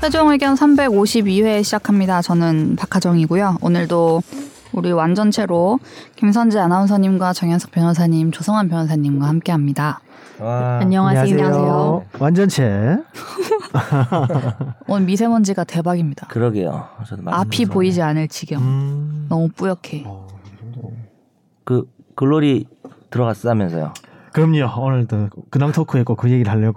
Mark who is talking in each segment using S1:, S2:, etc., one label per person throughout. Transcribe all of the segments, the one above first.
S1: 최종 의견 352회 시작합니다. 저는 박하정이고요. 오늘도 우리 완전체로 김선재 아나운서님과 정현석 변호사님, 조성환 변호사님과 함께합니다. 아,
S2: 안녕하세요.
S1: 안녕하세요.
S3: 완전체.
S1: 오늘 미세먼지가 대박입니다.
S2: 그러게요. 저도 말씀드려서.
S1: 앞이 보이지 않을 지경.
S3: 음.
S1: 너무 뿌옇게.
S3: 어, 이 정도.
S2: 그 글로리 들어갔다면서요.
S3: 그럼요. 오늘도 근황 토크에 꼭 그 얘기를
S1: 아,
S3: 하려고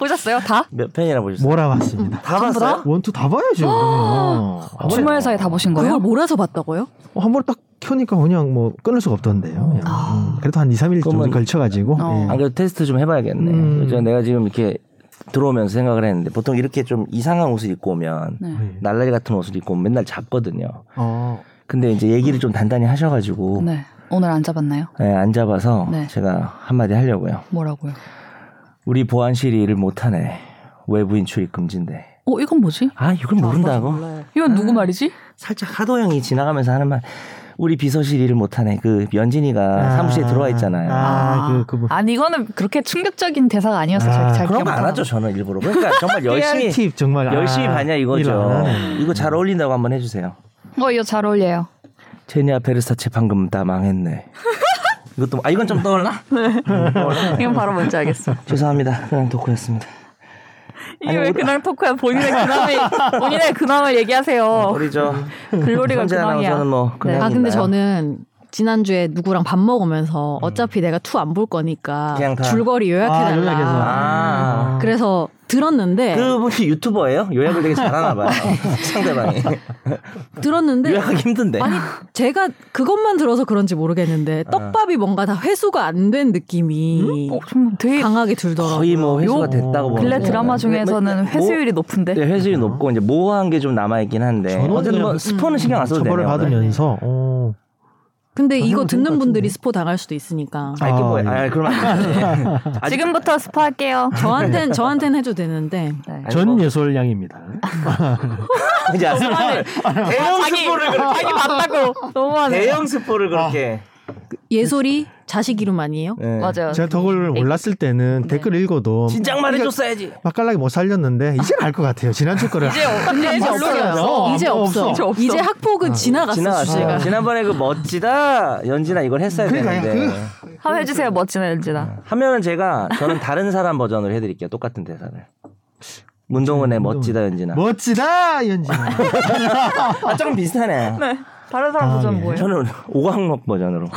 S1: 보셨어요? 다?
S2: 몇 편이나 보셨어요?
S3: 몰아봤습니다.
S2: 다
S1: 전부 다? 아!
S2: 봤어요?
S3: 원투 다 봐야죠.
S2: 뭐,
S3: 그러면.
S1: 어,
S2: 아,
S1: 주말 사이 다 보신
S4: 그걸
S1: 거예요?
S4: 몰아서 봤다고요?
S3: 어, 한번 딱 켜니까 그냥 뭐 끊을 수가 없던데요. 그냥.
S1: 아.
S3: 음, 그래도 한 2, 3일 정도
S2: 그러면-
S3: 걸쳐가지고. 예.
S1: 어.
S2: 안 아, 그래도 테스트 좀 해봐야겠네.
S3: 음.
S2: 그죠? 내가 지금 이렇게 들어오면서 생각을 했는데 보통 이렇게 좀 이상한 옷을 입고 오면
S1: 네.
S3: 예.
S2: 날라리 같은 옷을 입고 오면 맨날 잡거든요.
S3: 어.
S2: 근데 이제 얘기를 좀 단단히 하셔가지고
S1: 네. 오늘 안 잡았나요?
S2: 예, 안 잡아서
S1: 네.
S2: 제가 한마디 하려고요.
S1: 뭐라고요?
S2: 우리 보안실이 일을 못하네. 외부인 출입 금지인데.
S1: 어, 이건 뭐지?
S2: 아 이걸 모른다고?
S1: 이건 누구 말이지?
S2: 살짝 하도 형이 지나가면서 하는 말. 우리 비서실 일을 못하네. 그 연진이가 사무실에 들어와 있잖아요.
S3: 아, 그, 그, 분
S1: 아니, 이거는 그렇게 충격적인 대사가 아니어서 잘,
S3: 아,
S1: 잘
S2: 그런 거 안
S1: 기억나.
S2: 하죠 저는 일부러. 그러니까 정말 열심히
S3: 팁 정말. 아,
S2: 열심히 봤냐
S3: 일을 안
S2: 이거죠.
S3: 하네.
S2: 이거 잘 어울린다고 한번 해주세요.
S1: 어, 이거 잘 어울려요.
S2: 제니아 페르사 재판금 다 망했네. 이것도 아 이건 좀 떠올라?
S4: 네. 이건 바로 뭔지 알겠어.
S2: 죄송합니다. 그냥 덕후였습니다.
S4: 이게 왜 근황 토크야? 본인의 근황을 본인의 근황을
S5: 어.
S4: 얘기하세요.
S2: 우리 저
S5: 그
S4: 글로리가
S2: 현재 아나운서는
S4: 근황이야. 네.
S2: 뭐 그냥
S5: 아 근데 저는 지난주에 누구랑 밥 먹으면서 어차피 내가 투 안 볼 거니까
S2: 음. 그냥 다-
S5: 줄거리
S3: 아, 요약해서.
S5: 요약해달라.
S2: 아
S5: 그래서 들었는데
S2: 그분이 유튜버예요? 요약을 되게 잘하나 봐요. 상대방이
S5: 들었는데
S2: 요약하기 힘든데.
S5: 아니 제가 그것만 들어서 그런지
S2: 아.
S5: 모르겠는데 떡밥이 뭔가 다 회수가 안 된 느낌이
S1: 어, 좀 되게
S5: 강하게 들더라고요.
S2: 음? 거의 뭐 회수가 됐다고 네, 보는
S1: 근래
S2: 거잖아요.
S1: 드라마 중에서는 회수율이 높은데.
S2: 네,
S3: 어?
S2: 회수율이 높고 이제 모호한 게 좀 남아 있긴 한데
S3: 저는
S2: 어쨌든 뭐
S3: 그냥
S2: 스포는 신경 안 써도
S3: 처벌을
S2: 되네요.
S3: 음, 받으면서. 어.
S5: 근데
S3: 전혀
S5: 이거
S3: 될것
S5: 듣는 분들이
S3: 같은데.
S5: 스포 당할 수도 있으니까
S2: 아, 이게 뭐,
S3: 아,
S2: 아, 그럼 안 되지. 아직-
S1: 지금부터 스포할게요.
S5: 저한텐 저한텐 해도 되는데
S1: 네.
S2: 아니, 뭐,
S3: 전 예술량입니다.
S1: 아,
S2: 이제 아세요? 대형 스포를 그렇게
S4: 자기 봤다고
S1: 아,
S4: 너무하네.
S2: 대형 스포를 그렇게
S5: 예솔이 자식 이름 아니에요?
S2: 예.
S1: 맞아요.
S3: 제가 덕을
S1: 네.
S3: 몰랐을 때는 댓글 읽어도
S2: 진작 말해줬어야지.
S3: 맛깔나게 못 살렸는데 이제 알 것 같아요. 지난주 거를.
S1: 이제
S2: 아,
S1: 근데 이제 네, 없어요.
S3: 어,
S5: 이제
S3: 어,
S5: 없어.
S3: 없어.
S5: 이제 학폭은 지나갔어.
S2: 지나갔어요.
S5: 주제가.
S2: 지난번에 그 멋지다 연진아 이걸 했어야
S3: 그러니까
S2: 되는데
S1: 한번 해주세요, 멋진 엔지나.
S3: 그
S2: 하면은 제가 저는 다른 사람 버전을 해드릴게요. 똑같은 대사를. 문동은의 멋지다 연진아.
S3: 뭐? 멋지다 연지.
S2: 아 조금 비슷하네.
S1: 네. 다른 사람
S3: 아,
S1: 도전
S3: 예.
S1: 뭐예요?
S2: 저는 오광록 버전으로.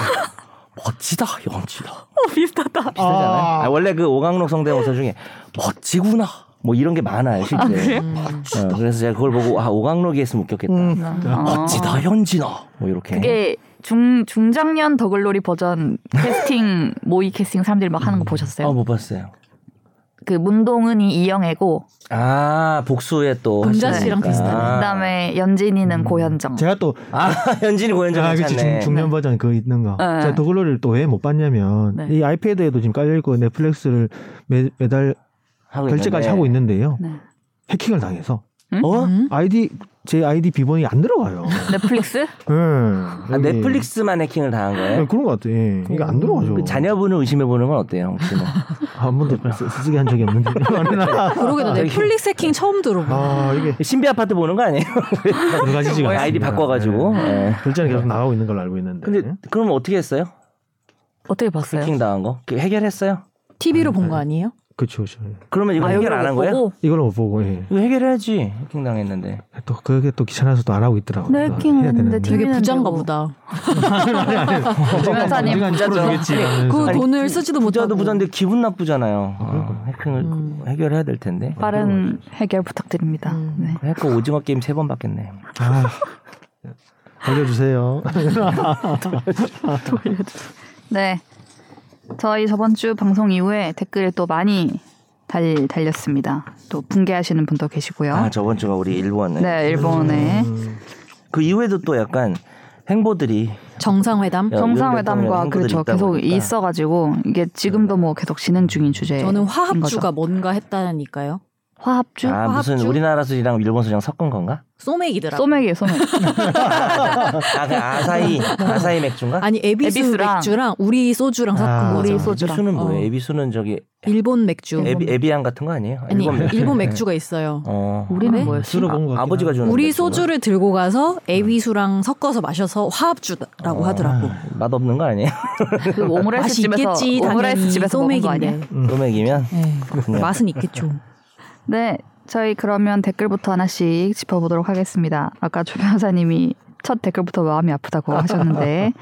S2: 멋지다 연진아.
S1: 어,
S4: 비슷하다.
S2: 비슷하잖아요. 아, 원래 그 오광록 성대모사 중에 멋지구나. 뭐 이런 게 많아요 실제. 어, 그래서 제가 그걸 보고 아 오광록이 했으면 웃겼겠다.
S1: 아.
S2: 멋지다 현진아. 뭐 이렇게.
S1: 그게 중 중장년 더글로리 버전 캐스팅 모의 캐스팅 사람들이 막 하는 거 보셨어요?
S2: 아못 음. 봤어요. 뭐.
S1: 그 문동은이 이영애고
S2: 아 복수의 또
S5: 금자 씨랑
S2: 하시니까.
S5: 비슷하네.
S1: 그다음에 연진이는 고현정.
S3: 제가 또
S2: 아 현진이 고현정
S3: 아, 그치
S2: 괜찮네.
S3: 중, 중년 버전 그 있는 거.
S1: 네.
S3: 제가 더글로리를 또 왜 못 봤냐면
S1: 네.
S3: 이 아이패드에도 지금 깔려 있고 넷플릭스를 매, 매달
S2: 하고
S3: 결제까지
S2: 있는데.
S3: 하고 있는데요.
S1: 네.
S3: 해킹을 당해서
S2: 어?
S5: 음?
S3: 아이디 제 아이디 비번이 안 들어가요.
S1: 넷플릭스?
S3: 예.
S2: 아,
S3: 여기-
S2: 넷플릭스만 해킹을 당한
S3: 예,
S2: 거예요?
S3: 그런 것 같아. 예. 이게 안 들어가죠. 아,
S2: 그 자녀분을 의심해보는 건 어때요? 혹시 뭐.
S3: 한 번도 쓰- 쓰게 한 적이 없는데.
S5: 그러고 나 넷플릭스 해킹 처음 들어봐.
S3: 아 이게
S2: 신비 아파트 보는 거 아니에요?
S3: 여러 가지 네. 지금
S2: 아이디 바꿔가지고. 예.
S3: 결제는 계속 나가고 있는 걸로 알고 있는데.
S2: 네. 근데 그럼 어떻게 했어요?
S1: 어떻게 봤어요?
S2: 해킹 당한 거? 그 해결했어요?
S5: TV로 본 거 아니에요?
S3: 그렇죠, 그렇죠.
S2: 그러면
S1: 아,
S2: 이거 해결 안 한 거예요?
S1: 보고
S3: 이걸 못 보고 예.
S2: 이거 해결해야지. 해킹 당했는데.
S3: 또 그게 또 귀찮아서 또 안 하고 있더라고요.
S1: 네, 해킹을
S3: 해야
S1: 했는데
S3: 되는데. 뭐,
S1: 되게
S5: 되게
S1: TV는
S5: 부자인가
S1: 되고.
S5: 보다.
S1: 변호사님 부자죠.
S3: 네,
S5: 그
S2: 아니,
S5: 돈을 쓰지도 못하고.
S2: 부자도 부자인데 기분 나쁘잖아요. 아, 해킹을
S5: 음.
S2: 해결해야 될 텐데. 음.
S1: 빠른 해결 부탁드립니다. 네.
S5: 음.
S2: 해커 오징어 게임 세 번 받겠네.
S3: 아, 알려주세요.
S1: 네. 저희 저번 주 방송 이후에 댓글이 또 많이 달, 달렸습니다. 또 붕괴하시는 분도 계시고요.
S2: 아 저번 주가 우리 일본에
S1: 네, 일본에
S3: 음,
S2: 그 이후에도 또 약간 행보들이
S5: 정상회담.
S1: 네.
S2: 야.
S1: 정상회담과
S2: 연결되는
S1: 그렇죠
S2: 행보들이 있다
S1: 계속
S2: 보니까.
S1: 있어가지고 이게 지금도 뭐 계속 진행 중인 주제.
S5: 저는 화합주가 뭔가 했다니까요.
S1: 화합주?
S2: 아 무슨
S1: 화합주?
S2: 우리나라 술이랑 일본 술이랑 섞은 건가?
S5: 소맥이더라.
S1: 소맥이에요, 소맥.
S5: 네?
S2: 아, 그 아사히 아사히 맥주인가?
S5: 아니 에비스
S1: 에비스랑.
S5: 맥주랑 우리 소주랑 섞은
S1: 우리
S5: 거죠.
S1: 소주랑.
S2: 에비수는 뭐예요?
S5: 어.
S2: 에비수는 저기
S5: 일본 맥주.
S1: 일본
S2: 에비 에비앙 같은 거 아니에요?
S5: 아니
S2: 일본 맥주.
S5: 일본 맥주가 있어요.
S2: 어.
S1: 우리는
S5: 네?
S1: 뭐였지?
S3: 술을 본것 같긴
S2: 아버지가
S3: 하다.
S2: 주는
S5: 우리
S2: 맥주인가?
S5: 소주를 들고 가서
S2: 음.
S5: 에비수랑 섞어서 마셔서 화합주라고
S2: 어.
S5: 하더라고.
S2: 맛없는 거 아니에요?
S1: 그 오므라이스
S5: 맛이
S1: 집에서
S5: 있겠지
S1: 오므라이스
S5: 당연히
S1: 집에서 먹은 거 아니에요?
S5: 소맥인데.
S2: 소맥이면
S5: 네.
S2: 그냥.
S5: 맛은 있겠죠.
S1: 네, 저희 그러면 댓글부터 하나씩 짚어보도록 하겠습니다. 아까 조 변호사님이 첫 댓글부터 마음이 아프다고 하셨는데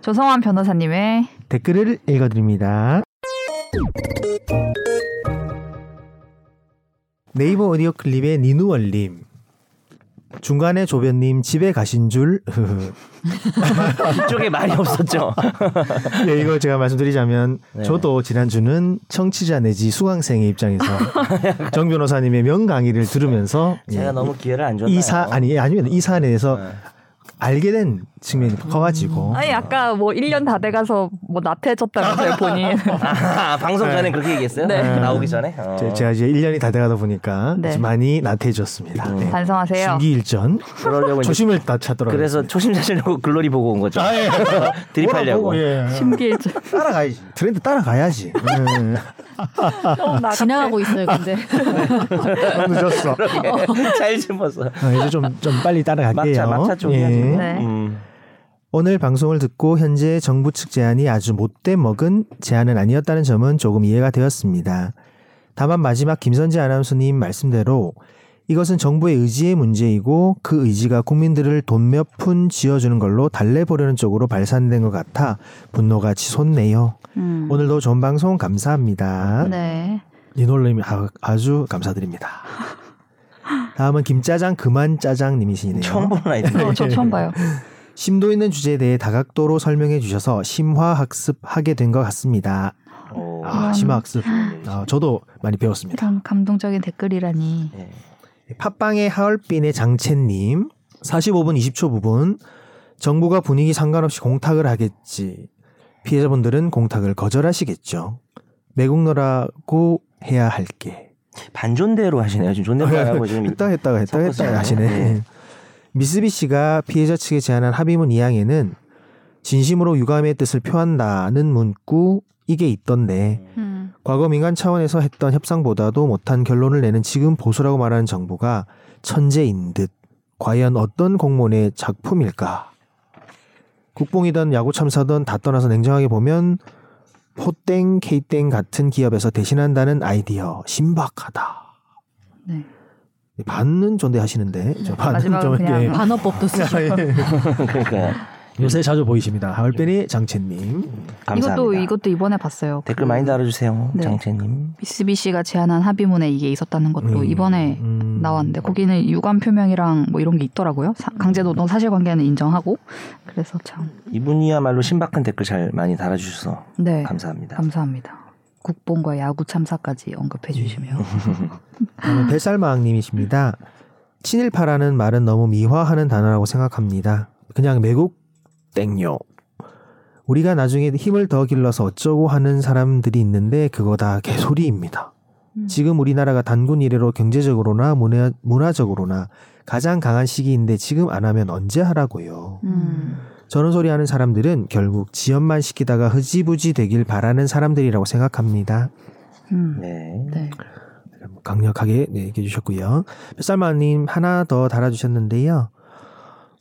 S1: 조성환 변호사님의
S3: 댓글을 읽어드립니다. 네이버 오디오 클립의 니누월님 중간에 조변님 집에 가신 줄 흐흐.
S2: 이쪽에 말이 없었죠.
S3: 네, 이거 제가 말씀드리자면
S2: 네.
S3: 저도 지난주는 청취자 내지 수강생의 입장에서 정 변호사님의 명 강의를 들으면서
S2: 제가
S3: 예,
S2: 너무 기회를 안 줬나요? 어. 네.
S3: 이 사 아니 아니면 이 사안에 대해서 알게 된 측면이 커가지고
S2: 음.
S1: 아니 아까 뭐 1년 다 돼가서 뭐 나태해졌다면서요 본인.
S2: 아, 방송 전에
S3: 네.
S2: 그렇게 얘기했어요?
S1: 네.
S2: 나오기 전에? 어.
S3: 제- 제가 이제 1년이 다 돼가다 보니까
S1: 네.
S3: 이제 많이 나태해졌습니다. 네.
S1: 반성하세요.
S3: 중기일전
S2: 그러려고 음. 뭐 이제
S3: 조심을 다 찾더라고요.
S2: 그래서 초심자시려고 글로리 보고 온 거죠. 어?
S3: 예.
S2: 드립하려고.
S3: 뭐라고, 예.
S1: 심기일주.
S3: 따라가야지. 트렌드 따라가야지. 예.
S2: 어,
S5: 지나가고 있어요, 근데.
S3: 너무 늦었어.
S2: 잘 짚었어.
S3: 아, 이제 좀 좀 빨리 따라갈게요.
S2: 막차, 막차 좀
S3: 예.
S2: 해야지.
S1: 네.
S2: 음.
S3: 오늘 방송을 듣고 현재 정부 측 제안이 아주 못돼 먹은 제안은 아니었다는 점은 조금 이해가 되었습니다. 다만 마지막 김선재 아나운서님 말씀대로 이것은 정부의 의지의 문제이고 그 의지가 국민들을 돈 몇 푼 지어주는 걸로 달래보려는 쪽으로 발산된 것 같아 분노가 치솟네요.
S1: 음.
S3: 오늘도 좋은 방송 감사합니다.
S1: 네.
S3: 니놀님 아, 아주 감사드립니다. 다음은 김짜장 그만 짜장님이시네요.
S2: 처음 보는 아이들.
S1: 어, 저 처음 봐요.
S3: 심도 있는 주제에 대해 다각도로 설명해 주셔서 심화학습하게 된 것 같습니다.
S2: 오.
S3: 아, 심화학습. 아, 저도 많이 배웠습니다.
S1: 이런 감동적인 댓글이라니.
S2: 네.
S3: 팟빵의 하얼빈의 장채님 45분 20초 부분 정부가 분위기 상관없이 공탁을 하겠지 피해자분들은 공탁을 거절하시겠죠 매국노라고 해야 할게
S2: 반존대로 하시네요. 지금 존댓말하고 지금
S3: 했다 했다가 했다
S2: 섞었어요.
S3: 했다 하시네
S2: 네.
S3: 미쓰비시가 피해자 측에 제안한 합의문 2항에는 진심으로 유감의 뜻을 표한다는 문구 이게 있던데
S1: 음.
S3: 과거 민간 차원에서 했던 협상보다도 못한 결론을 내는 지금 보수라고 말하는 정부가 천재인 듯 과연 어떤 공무원의 작품일까? 국뽕이던 야구 참사던 다 떠나서 냉정하게 보면 포땡 케이땡 같은 기업에서 대신한다는 아이디어 신박하다.
S1: 네.
S3: 예, 반은 존대하시는데 저 반은
S1: 음. 마지막은
S3: 좀
S1: 그냥
S3: 예.
S5: 반어법도 쓰죠.
S2: 아,
S3: 네.
S2: 그러니까
S3: 요새 자주 보이십니다. 하얼빈이 장채님.
S2: 감사합니다.
S1: 이것도 이것도 이번에 봤어요.
S2: 댓글 많이 달아주세요,
S1: 네.
S2: 장채님.
S1: 미쓰비씨가 제안한 합의문에 이게 있었다는 것도
S3: 음,
S1: 어, 이번에
S3: 음.
S1: 나왔는데 거기는 유감 표명이랑 뭐 이런 게 있더라고요. 사- 강제노동 사실관계는 인정하고 그래서 참
S2: 이분이야말로 신박한 댓글 잘 많이 달아주셔서
S1: 네.
S2: 감사합니다.
S1: 감사합니다. 국뽕과 야구 참사까지 언급해 주시며
S3: 다음은 뱃살마왕님이십니다. 친일파라는 말은 너무 미화하는 단어라고 생각합니다. 그냥 매국 땡요. 우리가 나중에 힘을 더 길러서 어쩌고 하는 사람들이 있는데 그거 다 개소리입니다.
S1: 음.
S3: 지금 우리나라가 단군 이래로 경제적으로나 문화, 문화적으로나 가장 강한 시기인데 지금 안 하면 언제 하라고요.
S1: 음.
S3: 저런 소리 하는 사람들은 결국 지연만 시키다가 흐지부지 되길 바라는 사람들이라고 생각합니다.
S1: 음.
S2: 네.
S1: 네.
S3: 강력하게 네, 얘기해 주셨고요. 뱃살마님 하나 더 달아주셨는데요.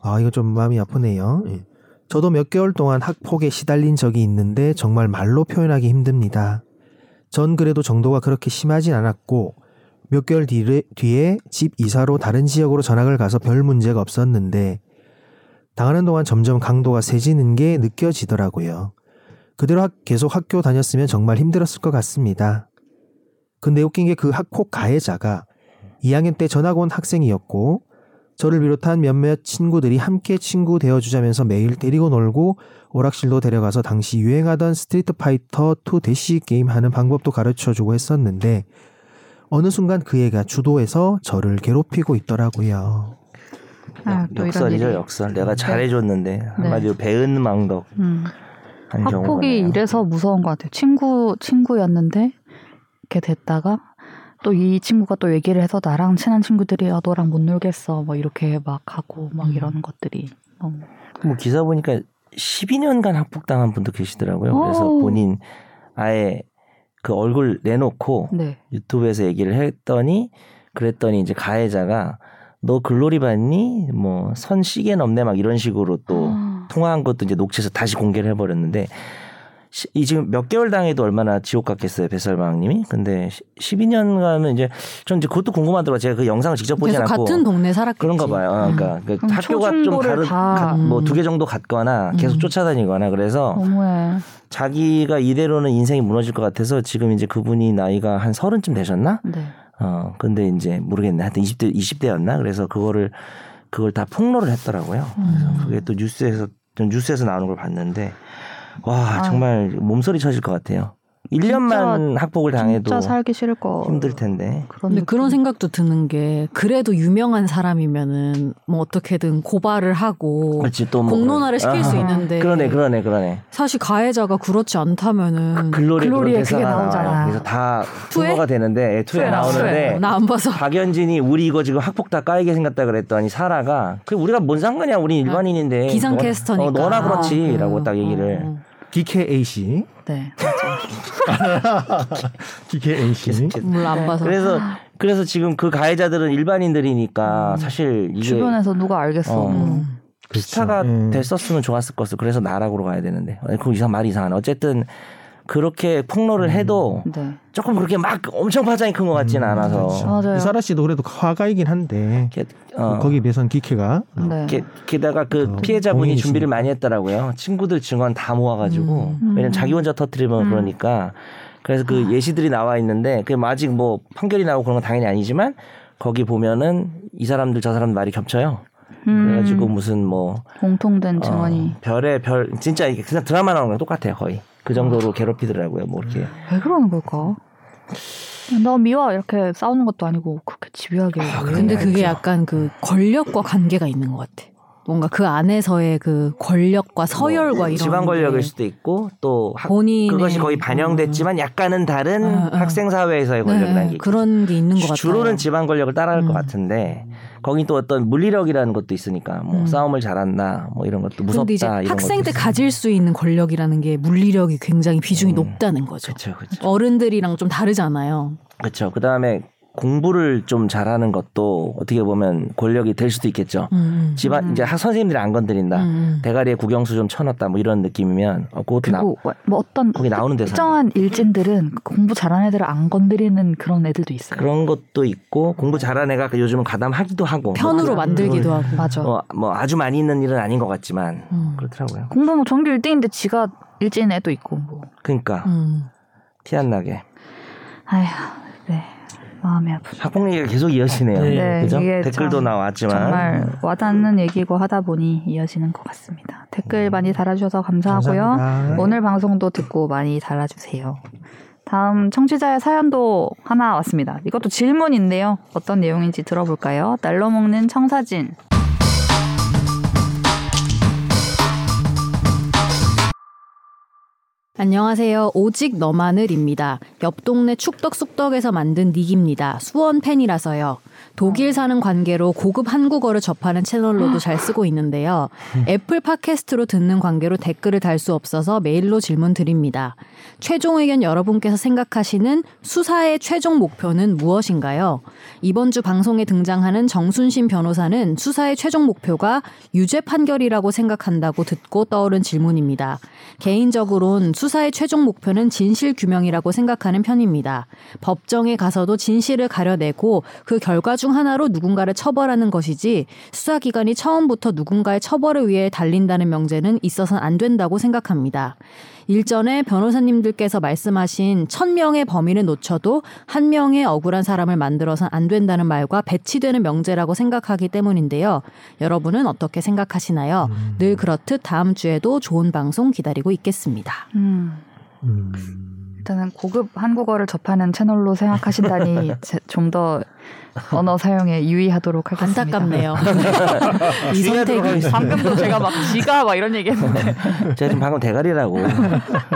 S3: 아 이거 좀 마음이 아프네요. 예. 저도 몇 개월 동안 학폭에 시달린 적이 있는데 정말 말로 표현하기 힘듭니다. 전 그래도 정도가 그렇게 심하진 않았고 몇 개월 뒤에, 뒤에 집 이사로 다른 지역으로 전학을 가서 별 문제가 없었는데 당하는 동안 점점 강도가 세지는 게 느껴지더라고요. 그대로 학- 계속 학교 다녔으면 정말 힘들었을 것 같습니다. 근데 웃긴 게 그 학폭 가해자가 2학년 때 전학 온 학생이었고 저를 비롯한 몇몇 친구들이 함께 친구 되어주자면서 매일 데리고 놀고 오락실도 데려가서 당시 유행하던 스트리트 파이터 2 대시 게임 하는 방법도 가르쳐주고 했었는데 어느 순간 그 애가 주도해서 저를 괴롭히고 있더라고요.
S1: 아, 또 이런
S2: 역설이죠,
S1: 일이. 네.
S2: 역설. 내가 잘해줬는데 한마디로 배은망덕
S1: 음.
S2: 한 경우가.
S1: 학폭이 이래서 무서운 것 같아요. 친구 친구였는데 이렇게 됐다가 또 이 친구가 또 얘기를 해서 나랑 친한 친구들이 아 너랑 못 놀겠어 뭐 이렇게 막 하고 막
S5: 음.
S1: 이런 것들이 너무
S2: 뭐 기사 보니까 12년간 학폭당한 분도 계시더라고요. 그래서
S1: 오.
S2: 본인 아예 그 얼굴 내놓고
S1: 네.
S2: 유튜브에서 얘기를 했더니 그랬더니 이제 가해자가 너 글로리 봤니? 뭐 선 시계 넘네 막 이런 식으로 또
S1: 아,
S2: 통화한 것도 이제 녹취해서 다시 공개를 해버렸는데 시- 이 지금 몇 개월 당해도 얼마나 지옥 같겠어요 배설방님이 근데 12년간은 이제 전 이제 그것도 궁금하더라고요 제가 그 영상을 직접 보지
S5: 계속
S2: 않고
S5: 같은 동네 살았겠지.
S2: 그런가 봐요 어, 그러니까 그
S1: 그럼
S2: 학교가 좀
S1: 초중고를
S2: 다른
S1: 다-
S2: 뭐 두 개 정도 갔거나 계속
S5: 음.
S2: 쫓아다니거나 그래서
S1: 음. 너무해.
S2: 자기가 이대로는 인생이 무너질 것 같아서 지금 이제 그분이 나이가 한 서른쯤 되셨나
S1: 네.
S2: 어 근데 이제 모르겠네 하여튼 20대 20대였나 그래서 그거를 그걸 다 폭로를 했더라고요 그래서 그게 또 뉴스에서 좀 뉴스에서 나오는 걸 봤는데 와
S1: 아유.
S2: 정말 몸서리 쳐질 것 같아요 1년만 학폭을 당해도
S1: 진짜 살기 싫을 거.
S2: 힘들 텐데
S1: 그런
S5: 아, 근데 그런
S1: 느낌.
S5: 생각도 드는 게 그래도 유명한 사람이면은 뭐 어떻게든 고발을 하고
S2: 그렇지 그렇죠. 또뭐 그렇죠.
S5: 공론화를 시킬 수 있는데
S2: 아, 그러네 그러네 그러네
S5: 사실 가해자가 그렇지 않다면은
S2: 글로리 그런
S1: 글로리에
S2: 대사가
S1: 그게
S2: 나와요.
S1: 나오잖아.
S2: 그래서 다
S5: 투에? 아,
S2: 투어가 되는데 예, 투에
S4: 투에
S2: 나오는데
S5: 나 안 봐서
S2: 박연진이 우리 이거 지금 학폭 다 까이게 생겼다 그랬더니 사라가 그 우리가 뭔 상관이야 우리 일반인인데
S5: 아,
S2: 어, 네,
S5: 기상캐스터니까
S2: 너, 너나
S5: 음,
S2: 그렇지라고 딱 얘기를
S5: 음, 음.
S3: DKA 씨,
S1: 네. 맞아.
S3: DKA 씨.
S5: 몰라 안 봐서
S2: 네, 그래서 그래서 지금 그 가해자들은 일반인들이니까 사실 이게
S1: 주변에서 누가 알겠어.
S2: 어.
S1: 뭐.
S5: 음.
S2: 스타가
S3: 음.
S2: 됐었으면 좋았을 것을 그래서 나락으로 가야 되는데 아니, 그 이상 말이 이상하네 어쨌든 그렇게
S3: 음.
S2: 폭로를 해도
S1: 네.
S2: 조금 그렇게 막 엄청 파장이 큰 것 같지는 않아서
S3: 그렇죠. 그
S1: 맞아요.
S3: 이사라 씨도 그래도 화가이긴 한데
S2: 이렇게, 어,
S3: 거기에 비해서는 기케가
S1: 네.
S2: 게, 게다가 그
S3: 어,
S2: 피해자분이
S3: 공인이시니까.
S2: 준비를 많이 했더라고요. 친구들 증언 다 모아가지고
S1: 음.
S2: 왜냐면 자기 혼자 터트리면
S1: 음.
S2: 그러니까 그래서
S5: 아.
S2: 그 예시들이 나와 있는데 그 아직 뭐 판결이 나오고 그런 건 당연히 아니지만 거기 보면은 이 사람들 저 사람 말이 겹쳐요.
S1: 음,
S2: 그래가지고 무슨 뭐
S1: 공통된 증언이
S2: 어, 별의 별 진짜 이게 그냥 드라마 나오는 거랑 똑같아요 거의 그 정도로 괴롭히더라고요 뭐 이렇게
S5: 음.
S1: 왜 그러는 걸까? 너 미워 이렇게 싸우는 것도 아니고 그렇게 집요하게. 왜?
S5: 근데
S2: 알죠.
S5: 그게 약간 그 권력과 관계가 있는 것 같아. 뭔가 그 안에서의 그 권력과 서열과
S2: 뭐
S5: 이런
S2: 지방 권력일
S5: 게
S2: 수도 있고 또 학-
S5: 본인의 음.
S2: 그것이 거의 반영됐지만 약간은 다른
S5: 어, 어.
S2: 학생 사회에서의
S5: 네,
S2: 권력이라는 게 있죠.
S5: 그런 게 있는 것 같아요.
S2: 주로는 지방 권력을 따라갈 것
S5: 음.
S2: 같은데 거긴 또 어떤 물리력이라는 것도 있으니까 뭐
S5: 음.
S2: 싸움을 잘한다 뭐 이런 것도 무섭다
S5: 근데 이제
S2: 이런
S5: 학생 때
S2: 것도
S5: 가질 수 있는 권력이라는 게 물리력이 굉장히 비중이
S2: 음.
S5: 높다는 거죠.
S2: 그렇죠 그렇죠
S5: 어른들이랑 좀 다르잖아요.
S2: 그렇죠 그 다음에 공부를 좀 잘하는 것도 어떻게 보면 권력이 될 수도 있겠죠
S5: 음,
S2: 집안 이제 학 선생님들이 안 건드린다
S5: 음, 음.
S2: 대가리에 구경수 좀 쳐놨다 뭐 이런 느낌이면 어, 그것도 나,
S1: 그리고 뭐 어떤
S2: 거기 나오는 대사
S1: 특정한 일진들은 공부 잘하는 애들을 안 건드리는 그런 애들도 있어요.
S2: 그런 것도 있고 공부 잘한 애가 그 요즘은 가담하기도 하고
S5: 편으로 만들기도 하고.
S1: 맞아.
S2: 뭐, 뭐 아주 많이 있는 일은 아닌 것 같지만
S5: 음.
S2: 그렇더라고요
S1: 공부 뭐 전교 1등인데 지가 일진 애도 있고 뭐.
S2: 그러니까
S5: 음.
S2: 티 안 나게
S1: 아휴, 네. 마음이 아프.
S2: 학폭 얘기가 계속 이어지네요.
S1: 네,
S2: 그죠?
S1: 이게
S2: 댓글도
S1: 참
S2: 나왔지만
S1: 정말 와닿는 얘기고 하다 보니 이어지는 것 같습니다. 댓글
S2: 음.
S1: 많이 달아주셔서 감사하고요.
S3: 감사합니다.
S1: 오늘 방송도 듣고 많이 달아주세요. 다음 청취자의 사연도 하나 왔습니다. 이것도 질문인데요. 어떤 내용인지 들어볼까요? 날로 먹는 청사진.
S5: 안녕하세요. 오직 너마늘입니다. 옆 동네 축덕쑥덕에서 만든 닉입니다. 수원 팬이라서요. 독일 사는 관계로 고급 한국어를 접하는 채널로도 잘 쓰고 있는데요. 애플 팟캐스트로 듣는 관계로 댓글을 달 수 없어서 메일로 질문 드립니다. 최종 의견 여러분께서 생각하시는 수사의 최종 목표는 무엇인가요? 이번 주 방송에 등장하는 정순신 변호사는 수사의 최종 목표가 유죄 판결이라고 생각한다고 듣고 떠오른 질문입니다. 개인적으론 수사의 최종 목표는 진실 규명이라고 생각하는 편입니다. 법정에 가서도 진실을 가려내고 그 결과 중 하나로 누군가를 처벌하는 것이지 수사기관이 처음부터 누군가의 처벌을 위해 달린다는 명제는 있어서는 안 된다고 생각합니다. 일전에 변호사님들께서 말씀하신 천 명의 범인을 놓쳐도 한 명의 억울한 사람을 만들어선 안 된다는 말과 배치되는 명제라고 생각하기 때문인데요. 여러분은 어떻게 생각하시나요?
S3: 음.
S5: 늘 그렇듯 다음 주에도 좋은 방송 기다리고 있겠습니다.
S1: 음,
S3: 음.
S1: 일단은 고급 한국어를 접하는 채널로 생각하신다니 좀 더 언어 사용에 유의하도록 하겠습니다. 네.
S5: 안타깝네요. 이
S2: 유의하도록
S5: 선택이
S2: 하겠습니다.
S4: 방금도 제가 막 지가 막 이런 얘기했는데
S2: 제가 지금 방금 대가리라고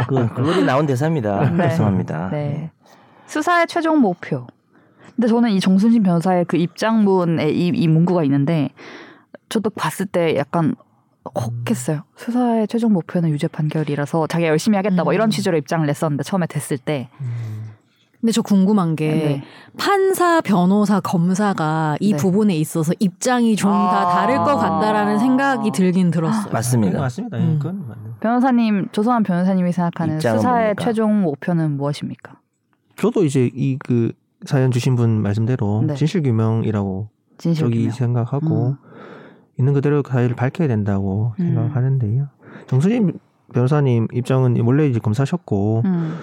S2: 그 글로리 나온 대사입니다.
S1: 네.
S2: 죄송합니다.
S1: 네. 수사의 최종 목표. 근데 저는 이 정순신 변호사의 그 입장문에 이, 이 문구가 있는데 저도 봤을 때 약간 혹했어요. 수사의 최종 목표는 유죄 판결이라서 자기가 열심히 하겠다 뭐
S5: 음.
S1: 이런 취지로 입장을 냈었는데 처음에 됐을 때
S5: 근데 저 궁금한
S4: 예.
S5: 게
S1: 네.
S5: 판사, 변호사, 검사가 이
S1: 네.
S5: 부분에 있어서 입장이 좀 다
S1: 아.
S5: 다를 것 같다라는 생각이 들긴 들었어요.
S2: 맞습니다.
S3: 아, 맞습니다. 예,
S5: 음.
S3: 그건 맞네요.
S1: 변호사님 조성한 변호사님이 생각하는
S2: 입장은
S1: 수사의
S2: 뭡니까?
S1: 최종 목표는 무엇입니까?
S3: 저도 이제 이 그 사연 주신 분 말씀대로
S1: 네.
S3: 진실 규명이라고
S1: 진실
S3: 저기
S1: 규명.
S3: 생각하고
S1: 음.
S3: 있는 그대로 사실을 밝혀야 된다고
S1: 음.
S3: 생각하는데요. 정수진 변호사님 입장은 원래 이제 검사셨고
S1: 음.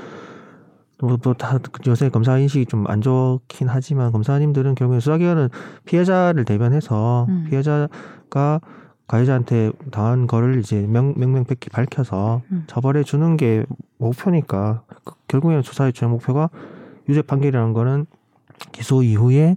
S3: 뭐, 또다 요새 검사 인식이 좀 안 좋긴 하지만 검사님들은 결국에 수사기관은 피해자를 대변해서
S1: 음.
S3: 피해자가 가해자한테 당한 거를 이제 명, 명명백히 밝혀서
S1: 음.
S3: 처벌해 주는 게 목표니까 그- 결국에는 조사의 주요 목표가 유죄 판결이라는 거는 기소 이후에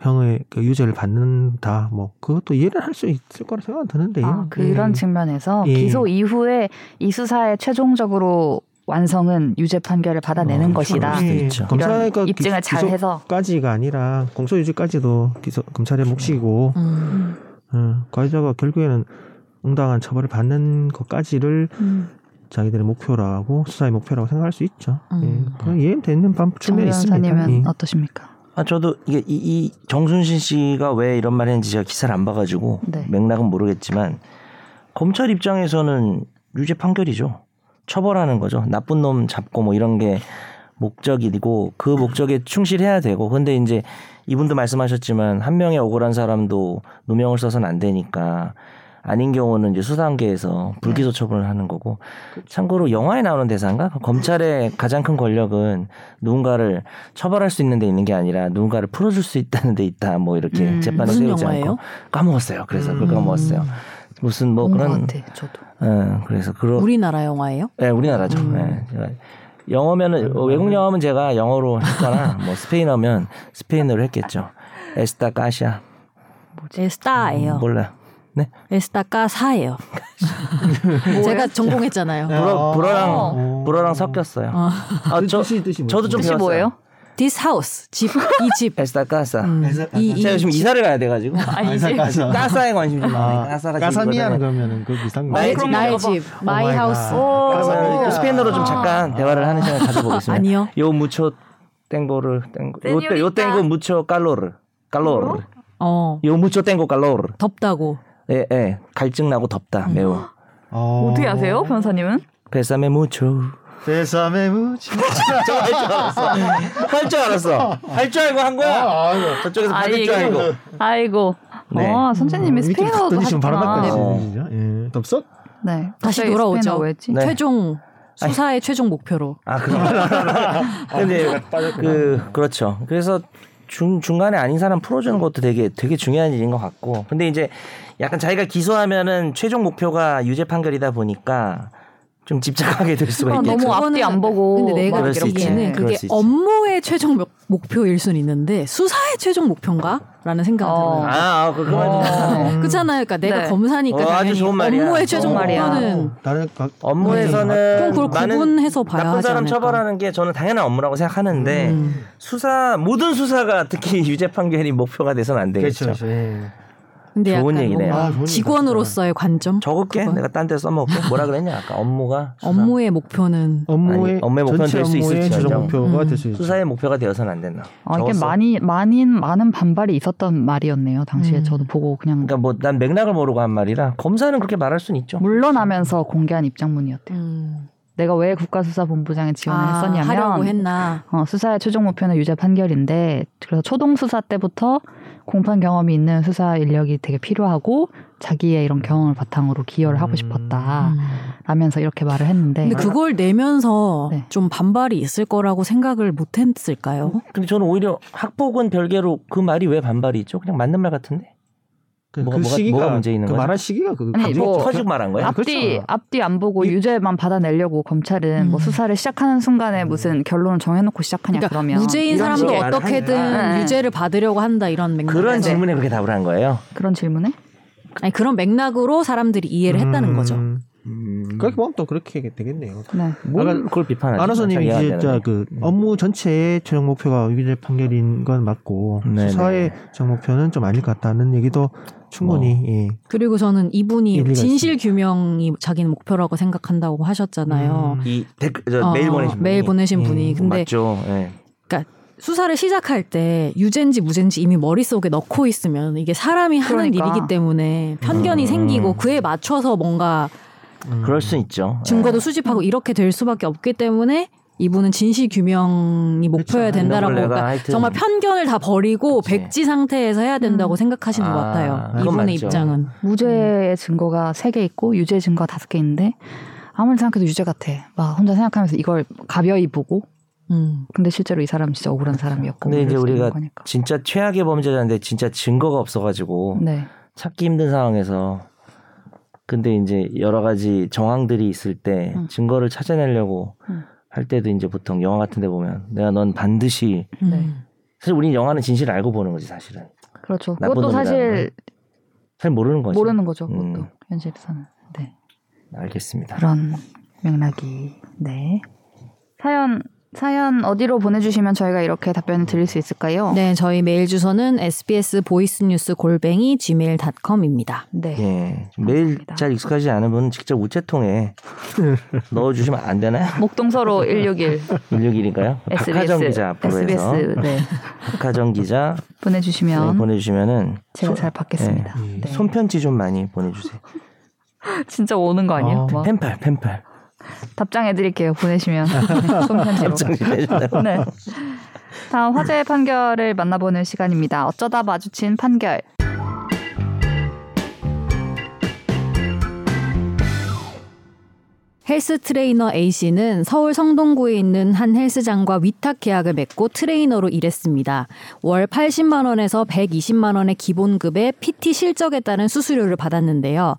S3: 형의 그 유죄를 받는다 뭐 그것도 이해를 할 수 있을 거라 생각은 드는데요.
S1: 아, 그런
S3: 예.
S1: 측면에서
S3: 예.
S1: 기소 이후에 이 수사의 최종적으로 완성은 유죄 판결을 받아내는
S2: 어,
S1: 것이다.
S2: 그럴 수도
S3: 예,
S2: 있죠.
S1: 이런
S3: 검사가 기-
S1: 입증을
S3: 기소-
S1: 잘해서
S3: 까지가 아니라 공소유지까지도 기소, 검찰의 몫이고
S5: 음.
S3: 어, 가해자가 결국에는 응당한 처벌을 받는 것까지를 자기들의 목표라고 수사의 목표라고 생각할 수 있죠.
S5: 음.
S3: 예, 그런 이해되는 반
S1: 정
S3: 측면이 있습니다.
S1: 변호사님은
S3: 예.
S1: 어떠십니까?
S2: 아 저도 이게 이, 이 정순신 씨가 왜 이런 말했는지 제가 기사를 안 봐가지고
S1: 네.
S2: 맥락은 모르겠지만 검찰 입장에서는 유죄 판결이죠. 처벌하는 거죠. 나쁜 놈 잡고 뭐 이런 게 목적이고 그 목적에 충실해야 되고 근데 이제 이분도 말씀하셨지만 한 명의 억울한 사람도 누명을 써서는 안 되니까 아닌 경우는 이제 수사단계에서 불기소 처분을 하는 거고
S5: 그렇죠.
S2: 참고로 영화에 나오는 대사인가 검찰의 가장 큰 권력은 누군가를 처벌할 수 있는 데 있는 게 아니라 누군가를 풀어줄 수 있다는 데 있다 뭐 이렇게
S1: 음.
S2: 재판을
S5: 무슨
S2: 세우지
S5: 영화예요?
S2: 않고 까먹었어요 그래서
S3: 음.
S2: 그걸 까먹었어요 무슨 뭐
S1: 본것
S2: 그런
S1: 같아, 저도.
S2: 어, 그래서 그런
S5: 우리나라 영화예요?
S2: 네, 우리나라죠.
S5: 음.
S2: 네, 제가 영어면은 어, 외국 영어면 제가 영어로 했거나 뭐 스페인어면 스페인어로 했겠죠. 에스타 까시아
S5: 에스타예요.
S2: 몰라요. 네,
S5: 에스타카사예요. 제가 전공했잖아요.
S2: 불어 불어랑
S3: 어.
S2: 불어랑 섞였어요.
S5: 어.
S2: 아, 저
S3: 뜻이 뜻이 뭐죠?
S2: 저도 좀
S1: 뜻이
S2: 배웠어요.
S1: 뭐예요?
S5: This house 집 이 집.
S2: 에스타 까사.
S5: 음, 이, 이
S2: 제가 요즘
S5: 집.
S2: 이사를 가야 돼가지고 까사에 관심이 좀 많아요. 까사가 지금
S3: 가사미안
S2: 이거는
S3: 그러면은 그 비싼 거.
S2: 나의
S5: 나의
S2: 집.
S5: 집, 나의 집, 마이
S3: 마이
S5: 하우스.
S3: 갓.
S2: 그러면 또 스페인어로 좀 잠깐 대화를 하는 시간을 가져보겠습니다.
S5: 아니요.
S2: 요 무초 땡고를 땡고 요때 요
S4: 세뇨리타.
S2: 땡고 무초 칼로르 칼로르
S5: 어
S2: 요 무초 땡고 칼로르
S5: 덥다고.
S2: 예, 예. 갈증 나고 덥다. 매우.
S3: 어.
S4: 어떻게 아세요, 변호사님은?
S2: 베사메 무초.
S3: 세상에 무지.
S1: 아,
S2: 할 줄 알았어. 할 줄 알고 한 거야. 저쪽에서
S4: 아,
S2: 받을 줄 알고.
S4: 이거. 아이고.
S2: 네.
S1: 아, 선생님이 스페인어도
S3: 지금 음, 바로
S1: 하셨구나.
S2: 네.
S3: 바꿔야 되죠. 예. 덥석?
S1: 네.
S5: 다시
S1: 갑자기
S5: 돌아오죠.
S1: 스페인어 왜지?
S2: 네.
S5: 최종 수사의 최종 목표로.
S2: 아, 그럼. 아, 근데 그 그렇죠. 그래서 중 중간에 아닌 사람 풀어주는 것도 되게 되게 중요한 일인 것 같고. 근데 이제 약간 자기가 기소하면은 최종 목표가 유죄 판결이다 보니까 좀 집착하게 될 수가
S1: 아,
S2: 있겠죠.
S1: 너무 앞뒤 안 보고
S5: 그러니까 네. 근데 내가
S2: 그럴 수
S5: 느끼기에는
S2: 있지. 그럴
S5: 그게
S2: 수 있지.
S5: 업무의 최종 목- 목표일 순 있는데 수사의 최종 목표인가라는 생각이
S1: 어.
S5: 들어요.
S2: 아, 아, 그 그만.
S1: 어.
S5: 그렇잖아요. 그러니까 내가
S1: 네.
S5: 검사니까
S2: 어, 아주
S5: 당연히
S2: 좋은 말이야.
S5: 업무의 최종
S1: 좋은 말이야.
S5: 목표는
S3: 다른 각 네.
S2: 업무에서는
S5: 좀 그걸
S2: 많은
S5: 구분해서 봐야
S2: 나쁜
S5: 하지
S2: 사람
S5: 않을까. 음.
S2: 처벌하는 게 저는 당연한 업무라고 생각하는데 수사 모든 수사가 특히 유죄 판결이 목표가 돼서는 안 되겠죠.
S3: 그렇죠. 예.
S5: 근데
S2: 좋은
S5: 약간
S2: 얘기네요.
S5: 뭔가
S3: 아, 좋은 얘기
S5: 직원으로서의 관점.
S2: 적을게
S5: 그건.
S2: 내가 딴 데 써먹고 뭐라 그랬냐 아까 업무가 수사.
S5: 업무의 목표는
S3: 업무의
S2: 아니, 업무의 목표는
S3: 전체
S2: 될수
S3: 업무의
S2: 있을지언정.
S3: 최종 목표가
S5: 음.
S3: 될 수 있죠.
S2: 수사의 목표가 되어서는 안 된다.
S1: 아, 이게
S2: 적었어.
S1: 많이 많인 많은 반발이 있었던 말이었네요. 당시에
S5: 음.
S1: 저도 보고 그냥
S2: 그러니까 뭐 난 맥락을 모르고 한 말이라 검사는 그렇게 말할 수는 있죠.
S1: 물러나면서 공개한 입장문이었대요.
S5: 음.
S1: 내가 왜 국가수사본부장에 지원을
S5: 아,
S1: 했었냐면
S5: 하려고 했나.
S1: 어, 수사의 최종 목표는 유죄 판결인데 그래서 초동 수사 때부터 공판 경험이 있는 수사 인력이 되게 필요하고 자기의 이런 경험을 바탕으로 기여를 하고
S3: 음.
S1: 싶었다
S5: 음.
S2: 아,
S1: 라면서 이렇게 말을 했는데
S2: 네.
S5: 근데 그걸 내면서
S1: 네.
S5: 좀 반발이 있을 거라고 생각을 못 했을까요?
S2: 근데 저는 오히려 학폭은 별개로 그 말이 왜 반발이 있죠? 그냥 맞는 말 같은데.
S3: 그,
S2: 뭐가-
S3: 그
S2: 뭐가-
S3: 시기가
S2: 뭐가 문제 있는
S3: 그
S2: 거죠?
S3: 말할 시기가 그
S1: 아니,
S3: 감정-
S1: 뭐-
S2: 터지고 말한 거예요?
S3: 아,
S1: 앞뒤
S3: 그렇죠.
S1: 앞뒤 안 보고
S3: 이-
S1: 유죄만 받아내려고 검찰은 뭐
S5: 음.
S1: 수사를 시작하는 순간에 무슨 결론을 정해놓고 시작하냐
S5: 그러니까
S1: 그러면
S5: 무죄인
S2: 이런
S5: 사람도
S2: 식의 말을
S5: 어떻게든
S1: 하니까. 네.
S5: 유죄를 받으려고 한다 이런 맥락.
S2: 그런 질문에 그렇게 답을 한 거예요.
S1: 그런 질문에
S2: 음.
S5: 아니 그런 맥락으로 사람들이 이해를 했다는 거죠.
S3: 음. 그렇게 보면 또 그렇게 되겠네요.
S1: 네.
S2: 뭘
S3: 아까
S2: 그걸 비판하지?
S3: 아나서님이
S2: 자기가
S3: 진짜
S2: 하는
S3: 그
S2: 음.
S3: 업무 전체의 최종 목표가 유죄 판결인 건 맞고
S2: 네네.
S3: 수사의 최종 목표는 좀 아닐 것 같다는 얘기도 충분히
S2: 뭐.
S3: 예.
S5: 그리고 저는
S3: 일리가
S5: 이분이 진실
S3: 있습니다.
S5: 규명이 자기는 목표라고 생각한다고 하셨잖아요.
S3: 음.
S2: 이 댓글 저
S5: 어,
S2: 메일 보내신 분이 음,
S5: 메일 보내신
S3: 예,
S5: 분이.
S3: 뭐
S5: 근데
S2: 맞죠. 예.
S5: 수사를 시작할 때 유죄인지 무죄인지 이미 머릿속에 넣고 있으면 이게 사람이 하는
S1: 그러니까.
S5: 일이기 때문에 편견이
S2: 음.
S5: 생기고 그에 맞춰서 뭔가
S3: 음.
S2: 그럴 수 있죠.
S5: 증거도 수집하고 이렇게 될 수밖에 없기 때문에 이분은 진실 규명이 목표여야
S2: 그렇죠.
S5: 된다라고
S2: 이런 걸 내가
S5: 그러니까
S2: 하여튼-
S5: 정말 편견을 다 버리고
S2: 그치.
S5: 백지 상태에서 해야 된다고
S1: 음.
S5: 생각하시는 것
S2: 아,
S5: 같아요.
S2: 그건
S5: 이분의
S2: 맞죠.
S5: 입장은 음.
S1: 무죄의 증거가 3개 있고 유죄 증거가 5개 있는데 아무리 생각해도 유죄 같아. 막 혼자 생각하면서 이걸 가벼이 보고
S5: 음.
S1: 근데 실제로 이 사람은 진짜 억울한 사람이었고
S2: 그렇죠. 근데 이제
S1: 이럴 수 있는
S2: 우리가
S1: 거니까.
S2: 진짜 최악의 범죄자인데 진짜 증거가 없어가지고
S1: 네.
S2: 찾기 힘든 상황에서 근데 이제 여러 가지 정황들이 있을 때
S1: 음.
S2: 증거를 찾아내려고
S1: 음.
S2: 할 때도 이제 보통 영화 같은 데 보면 내가 넌 반드시
S5: 음.
S1: 네.
S2: 사실 우리는 영화는 진실을 알고 보는 거지 사실은
S1: 그렇죠.
S2: 나쁜
S1: 그것도 사실
S2: 놈이라는 사실 모르는 거지
S1: 모르는 거죠. 그것도
S2: 음.
S1: 현실에서는. 네.
S2: 알겠습니다
S1: 그런 맥락이 네. 사연 사연 어디로 보내주시면 저희가 이렇게 답변을 드릴 수 있을까요?
S5: 네, 저희 메일 주소는 sbs 보이스뉴스 골뱅이 gmail.com입니다.
S1: 네.
S2: 예 매일
S1: 감사합니다.
S2: 잘 익숙하지 않은 분은 직접 우체통에 넣어주시면 안 되나요?
S1: 목동서로 161
S2: 16일인가요? 박하정
S1: SBS
S2: 기자 앞으로 해서
S1: SBS 네.
S2: 박하정 기자 네,
S1: 보내주시면
S2: 보내주시면은
S1: 제가
S2: 손-
S1: 잘 받겠습니다.
S3: 예.
S1: 네.
S2: 손편지 좀 많이 보내주세요.
S1: 진짜 오는 거 아니에요?
S3: 어,
S1: 막
S2: 펜팔 펜팔
S1: 답장해드릴게요. 보내시면 손편지로.
S2: 갑자기 내주세요.
S1: 네. 다음 화제의 판결을 만나보는 시간입니다. 어쩌다 마주친 판결.
S5: 헬스 트레이너 A씨는 서울 성동구에 있는 한 헬스장과 위탁 계약을 맺고 트레이너로 일했습니다. 월 80만원에서 120만원의 기본급에 PT 실적에 따른 수수료를 받았는데요.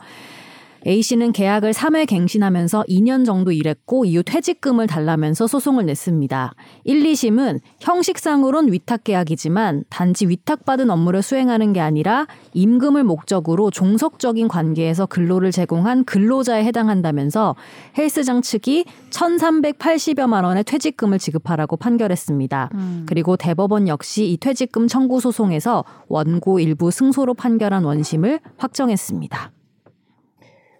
S5: A씨는 계약을 3회 갱신하면서 2년 정도 일했고 이후 퇴직금을 달라면서 소송을 냈습니다. 1, 2심은 형식상으론 위탁 계약이지만 단지 위탁받은 업무를 수행하는 게 아니라 임금을 목적으로 종속적인 관계에서 근로를 제공한 근로자에 해당한다면서 헬스장 측이 1,380여만 원의 퇴직금을 지급하라고 판결했습니다.
S1: 음.
S5: 그리고 대법원 역시 이 퇴직금 청구 소송에서 원고 일부 승소로 판결한 원심을 확정했습니다.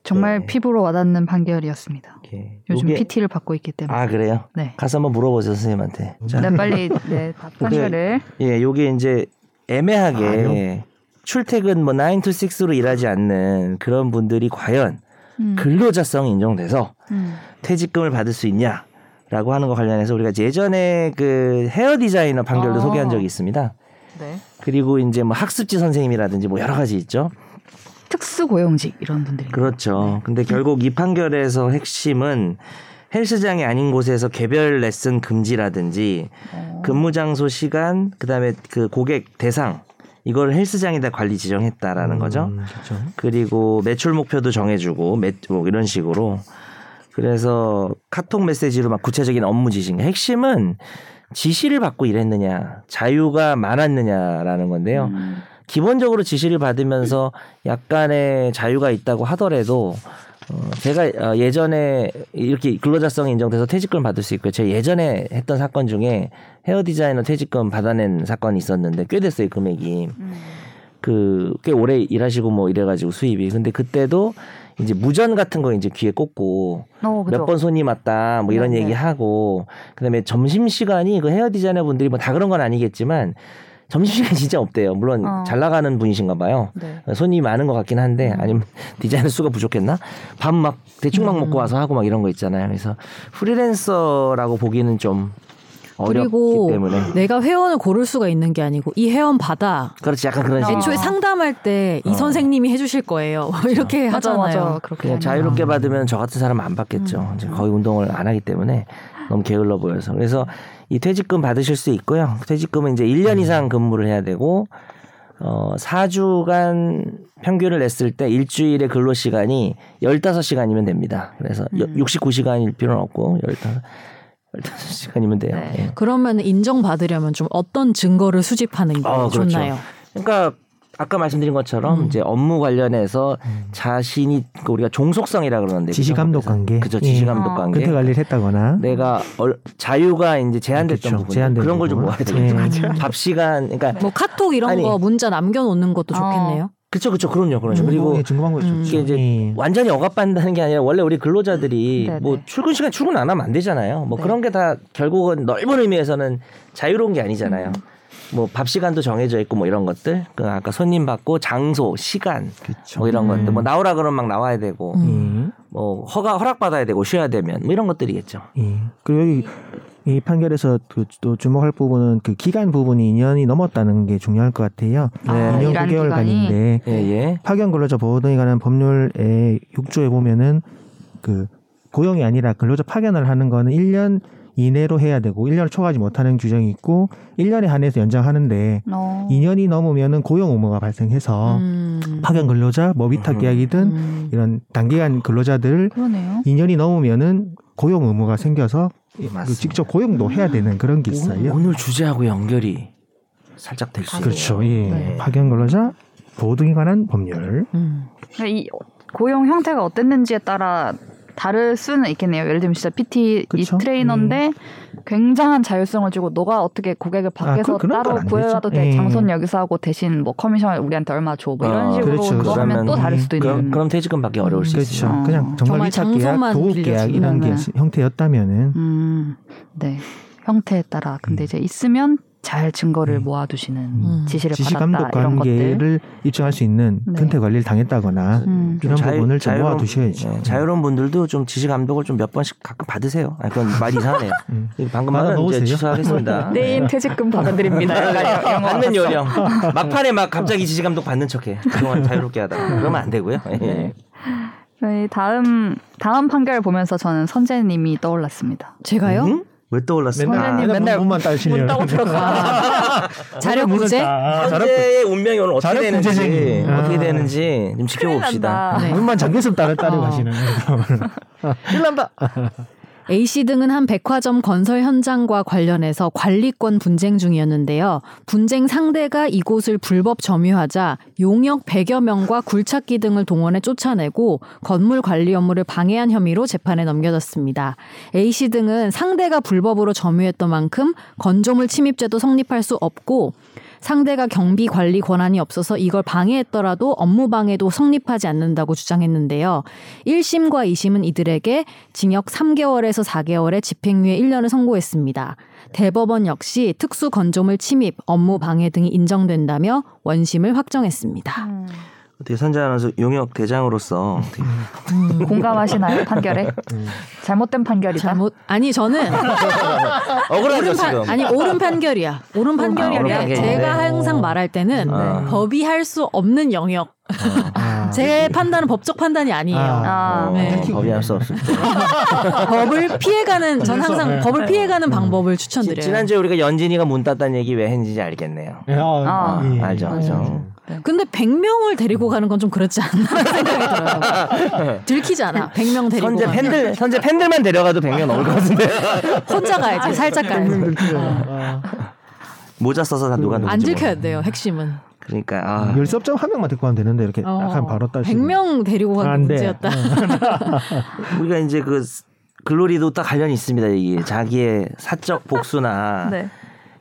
S1: 정말
S2: 네.
S1: 피부로 와닿는 판결이었습니다.
S2: 이렇게.
S1: 요즘
S2: 예, 요게-
S1: PT를 받고 있기 때문에.
S2: 아 그래요?
S1: 네.
S2: 가서 한번 물어보세요 선생님한테. 자,
S1: 네, 빨리 네, 답 판결을.
S2: 예, 요게 이제
S1: 아,
S2: 애매하게 예, 출퇴근 뭐 9 to 6로 일하지 않는 그런 분들이 과연
S1: 음,
S2: 그 근로자성이 인정돼서
S1: 음.
S2: 퇴직금을 받을 수 있냐? 라고 하는 거 관련해서 우리가 예전에 그 헤어 디자이너 판결도
S1: 아.
S2: 소개한 적이 있습니다.
S1: 네.
S2: 그리고 이제 뭐 학습지 선생님이라든지 뭐 여러 가지 있죠.
S1: 특수 고용직 이런 분들이.
S2: 그렇죠. 근데 결국 이 판결에서 핵심은 헬스장이 아닌 곳에서 개별 레슨 금지라든지
S1: 어.
S2: 근무 장소 시간 그다음에 그 고객 대상 이걸 헬스장에다 관리 지정했다라는 거죠.
S3: 음, 그렇죠.
S2: 그리고 매출 목표도 정해주고 매, 뭐 이런 식으로 그래서 카톡 메시지로 막 구체적인 업무 지시 핵심은 지시를 받고 일했느냐 자유가 많았느냐라는 건데요.
S1: 음.
S2: 기본적으로 지시를 받으면서 약간의 자유가 있다고 하더라도 어, 제가 어, 예전에 이렇게 근로자성이 인정돼서 퇴직금 받을 수 있고요. 제가 예전에 했던 사건 중에 헤어 디자이너 퇴직금 받아낸 사건이 있었는데 꽤 됐어요 금액이
S1: 음.
S2: 그 꽤 오래 일하시고 뭐 이래가지고 수입이 근데 그때도 이제 무전 같은 거 이제 귀에 꽂고
S1: 어,
S2: 몇
S1: 그죠.
S2: 번 손님 왔다 뭐 이런
S1: 네, 네.
S2: 얘기 하고 그다음에 점심 시간이 그 헤어 디자이너 분들이 뭐 다 그런 건 아니겠지만 점심 시간 진짜 없대요. 물론
S1: 어.
S2: 잘 나가는 분이신가 봐요.
S1: 네.
S2: 손님이 많은 것 같긴 한데
S1: 음.
S2: 아니면 디자이너 수가 부족했나? 밥 막 대충 막
S1: 음.
S2: 먹고 와서 하고 막 이런 거 있잖아요. 그래서 프리랜서라고 보기는 좀 어렵기
S5: 그리고
S2: 때문에
S5: 내가 회원을 고를 수가 있는 게 아니고 이 회원 받아.
S2: 그렇지 약간
S1: 어.
S2: 그런 식이죠.
S5: 애초에 상담할 때 이
S2: 아. 어. 그렇죠.
S5: 선생님이 해주실 거예요. 이렇게
S1: 맞아
S5: 하잖아요.
S1: 맞아. 그렇게
S2: 그냥
S1: 하네요.
S2: 자유롭게
S3: 음.
S2: 받으면 저 같은 사람은 안 받겠죠. 이제 거의 운동을 안 하기 때문에 너무 게을러 보여서. 그래서 이 퇴직금 받으실 수 있고요. 퇴직금은 이제
S3: 음.
S2: 1년 이상 근무를 해야 되고 어 4주간 평균을 냈을 때 일주일의 근로 시간이 15시간이면 됩니다. 그래서 여-
S3: 음.
S2: 69시간일 필요는 없고 15 15시간이면 돼요.
S1: 네.
S2: 예.
S5: 그러면 인정받으려면 좀 어떤 증거를 수집하는 게
S2: 아, 그렇죠.
S5: 좋나요?
S2: 그러니까 아까 말씀드린 것처럼
S3: 음.
S2: 이제 업무 관련해서 자신이 그 우리가 종속성이라 그러는데
S3: 지시 감독
S2: 그죠?
S3: 관계.
S2: 그죠
S3: 예.
S2: 지시 감독 관계
S3: 근태 관리를 했다거나
S2: 내가 얼- 자유가 이제 제한됐던
S3: 그쵸,
S2: 부분
S3: 제한된
S2: 그런 걸 좀
S3: 부분.
S2: 모아야
S3: 예.
S2: 되겠죠. 밥 시간 그러니까
S1: 네.
S5: 뭐 카톡 이런
S2: 아니.
S5: 거 문자 남겨놓는 것도
S1: 어.
S5: 좋겠네요.
S2: 그쵸 그쵸 그럼요 그럼요 그리고
S3: 증거방법
S5: 음.
S3: 좋죠.
S2: 이게 이제 뭐
S3: 예.
S2: 완전히 억압받는다는 게 아니라 원래 우리 근로자들이
S1: 네네.
S2: 뭐 출근 시간 출근 안 하면 안 되잖아요. 뭐
S1: 네.
S2: 그런 게 다 결국은 넓은 의미에서는 자유로운 게 아니잖아요.
S1: 음.
S2: 뭐 밥 시간도 정해져 있고 뭐 이런 것들, 그 아까 손님 받고 장소, 시간
S3: 그쵸.
S2: 뭐 이런
S1: 음.
S2: 것들, 뭐 나오라 그러면 막 나와야 되고,
S5: 음.
S3: 예.
S2: 뭐 허가 허락 받아야 되고 쉬어야 되면 뭐 이런 것들이겠죠.
S3: 예. 그리고 여기 이 판결에서 그 또 주목할 부분은 그 기간 부분이 2년이 넘었다는 게 중요할 것 같아요.
S1: 아,
S2: 네,
S3: 2년
S1: 일하는
S3: 9개월간인데
S2: 예 예.
S3: 파견 근로자 보호등에 관한 법률의 6조에 보면은 그 고용이 아니라 근로자 파견을 하는 거는 1년 이내로 해야 되고 1년을 초과하지 못하는 규정이 있고 1년에 한해서 연장하는데
S1: 어.
S3: 2년이 넘으면은 고용 의무가 발생해서
S5: 음.
S3: 파견 근로자, 뭐 위탁
S2: 어. 음.
S3: 계약이든
S5: 음.
S3: 이런 단기간 근로자들을
S1: 그러네요.
S3: 2년이 넘으면은 고용 의무가 생겨서 그
S2: 맞습니다.
S3: 직접 고용도 해야 되는 그런 게
S2: 음, 오늘,
S3: 있어요.
S2: 오늘 주제하고 연결이 살짝 될 수 있네요.
S3: 그렇죠. 예.
S2: 네.
S3: 파견 근로자 보호 등에 관한 법률.
S5: 음.
S1: 그러니까 이 고용 형태가 어땠는지에 따라 다를 수는 있겠네요. 예를 들면 진짜 PT
S3: 그쵸. 음.
S1: 이 트레이너인데 굉장한 자율성을 주고 너가 어떻게 고객을 밖에서
S3: 그- 그런 건
S1: 따로
S3: 안
S1: 구해와도
S3: 되죠.
S1: 돼.
S3: 예.
S1: 장소는 여기서 하고 대신 뭐 커미션을 우리한테 얼마 줘. 뭐 이런
S2: 아,
S1: 식으로
S3: 그렇죠.
S1: 그거 하면
S2: 그러면
S1: 또 다를 수도 있는.
S2: 그럼, 그럼 퇴직금 받기 어려울 수
S3: 그렇죠.
S2: 있어요.
S3: 그냥
S5: 정말
S3: 정말 위탁 계약,
S5: 장소만
S3: 도급 계약 이런 게
S1: 빌려주면은.
S3: 형태였다면은
S1: 음, 네 형태에 따라 근데
S3: 음.
S1: 이제 있으면 잘 증거를
S3: 음.
S1: 모아두시는
S3: 음.
S1: 지시를
S3: 지시
S1: 받았다
S3: 감독
S1: 이런 것들.
S3: 관계를 입증할 수 있는
S1: 네.
S3: 근태 관리를 당했다거나
S1: 음.
S3: 이런
S2: 자유-
S3: 부분을 좀 음.
S2: 자유로운-
S3: 모아두셔야죠.
S2: 네, 자유로운 분들도 좀 지시 감독을 좀 몇 번씩 가끔 받으세요. 아, 그건 말이 이상하네요.
S3: 음.
S2: 이거 방금
S3: 받아
S2: 말은 이제
S3: 놓으세요.
S1: 아,
S2: 취소하겠습니다.
S1: 네.
S2: 네.
S4: 내일 네, 퇴직금 받아드립니다. 약간 이런 거
S2: 받는 요령. 막판에 막 갑자기 지시 감독 받는 척해. 그동안 자유롭게 하다.
S3: 음.
S2: 가 그러면 안 되고요. 예.
S3: 네.
S1: 저희 네, 다음 다음 판결 보면서 저는 선재님이 떠올랐습니다.
S5: 제가요?
S2: 응? 왜 떠올랐을까?
S1: 선생님. 맨날
S3: 문만 따시려고.
S4: 문 따고
S5: 아. 자료 구제?
S3: 아,
S2: 현재의 운명이 오늘 어떻게
S3: 자력
S2: 되는지
S3: 분쟁쟁이.
S2: 어떻게
S3: 아.
S2: 되는지 좀
S4: 큰일
S2: 지켜봅시다.
S4: 난다.
S5: 네.
S3: 문만 잠겼으면 따라 따로
S5: 어.
S3: 가시는.
S5: A씨 등은 한 백화점 건설 현장과 관련해서 관리권 분쟁 중이었는데요. 분쟁 상대가 이곳을 불법 점유하자 용역 100여 명과 굴착기 등을 동원해 쫓아내고 건물 관리 업무를 방해한 혐의로 재판에 넘겨졌습니다. A씨 등은 상대가 불법으로 점유했던 만큼 건조물 침입죄도 성립할 수 없고 상대가 경비 관리 권한이 없어서 이걸 방해했더라도 업무 방해도 성립하지 않는다고 주장했는데요. 1심과 2심은 이들에게 징역 3개월에서 4개월의 집행유예 1년을 선고했습니다. 대법원 역시 특수 건조물 침입, 업무 방해 등이 인정된다며 원심을 확정했습니다.
S1: 음.
S2: 어떻게 선재 아나운서 용역 대장으로서 어떻게
S1: 음. 공감하시나요 판결에?
S2: 음.
S1: 잘못된 판결이다.
S5: 잘못 아니 저는
S2: 억울하죠
S5: 옳은 판
S2: 어, 지금.
S5: 아니 옳은 판결이야. 옳은 판결이
S2: 옳은
S5: 아니라
S2: 판결이네.
S5: 제가 항상 말할 때는
S2: 아.
S5: 법이 할 수 없는 영역.
S2: 아.
S5: 제 판단은 법적 판단이 아니에요.
S3: 아.
S1: 아,
S2: 어,
S5: 네.
S2: 법이 할수 없을 때.
S5: 법을 피해가는 전
S3: 네.
S5: 항상 법을
S3: 음.
S5: 피해가는 방법을 추천드려요.
S2: 지난주에 우리가 연진이가 문 닫다는 얘기 왜 했는지 알겠네요.
S1: 아,
S2: 아,
S3: 예.
S5: 네.
S2: 알죠, 알죠.
S5: 근데 100명을 데리고 가는 건 좀 그렇지 않나 생각이 들어요. 들키지 않아. 100명 데리고
S2: 네. 선제
S5: 가면.
S2: 팬들 선제 팬들만 데려가도 100명 넘을 것 같은데
S5: 혼자
S2: 아,
S5: 가야지. 살짝 가야지.
S3: 네. 아.
S2: 모자 써서 다 누가 누군지
S5: 안 들켜야
S2: 모르-
S5: 돼요. 핵심은.
S2: 그러니까 아,
S3: 열섭점 한 명만 듣고 하면 되는데 이렇게
S5: 어,
S3: 약간 바로 따시.
S5: 100명 데리고 가는
S3: 안 돼. 어.
S5: 문제였다.
S2: 우리가 이제 그 스- 글로리도 딱 관련이 있습니다. 이게 자기의 사적 복수나
S1: 네.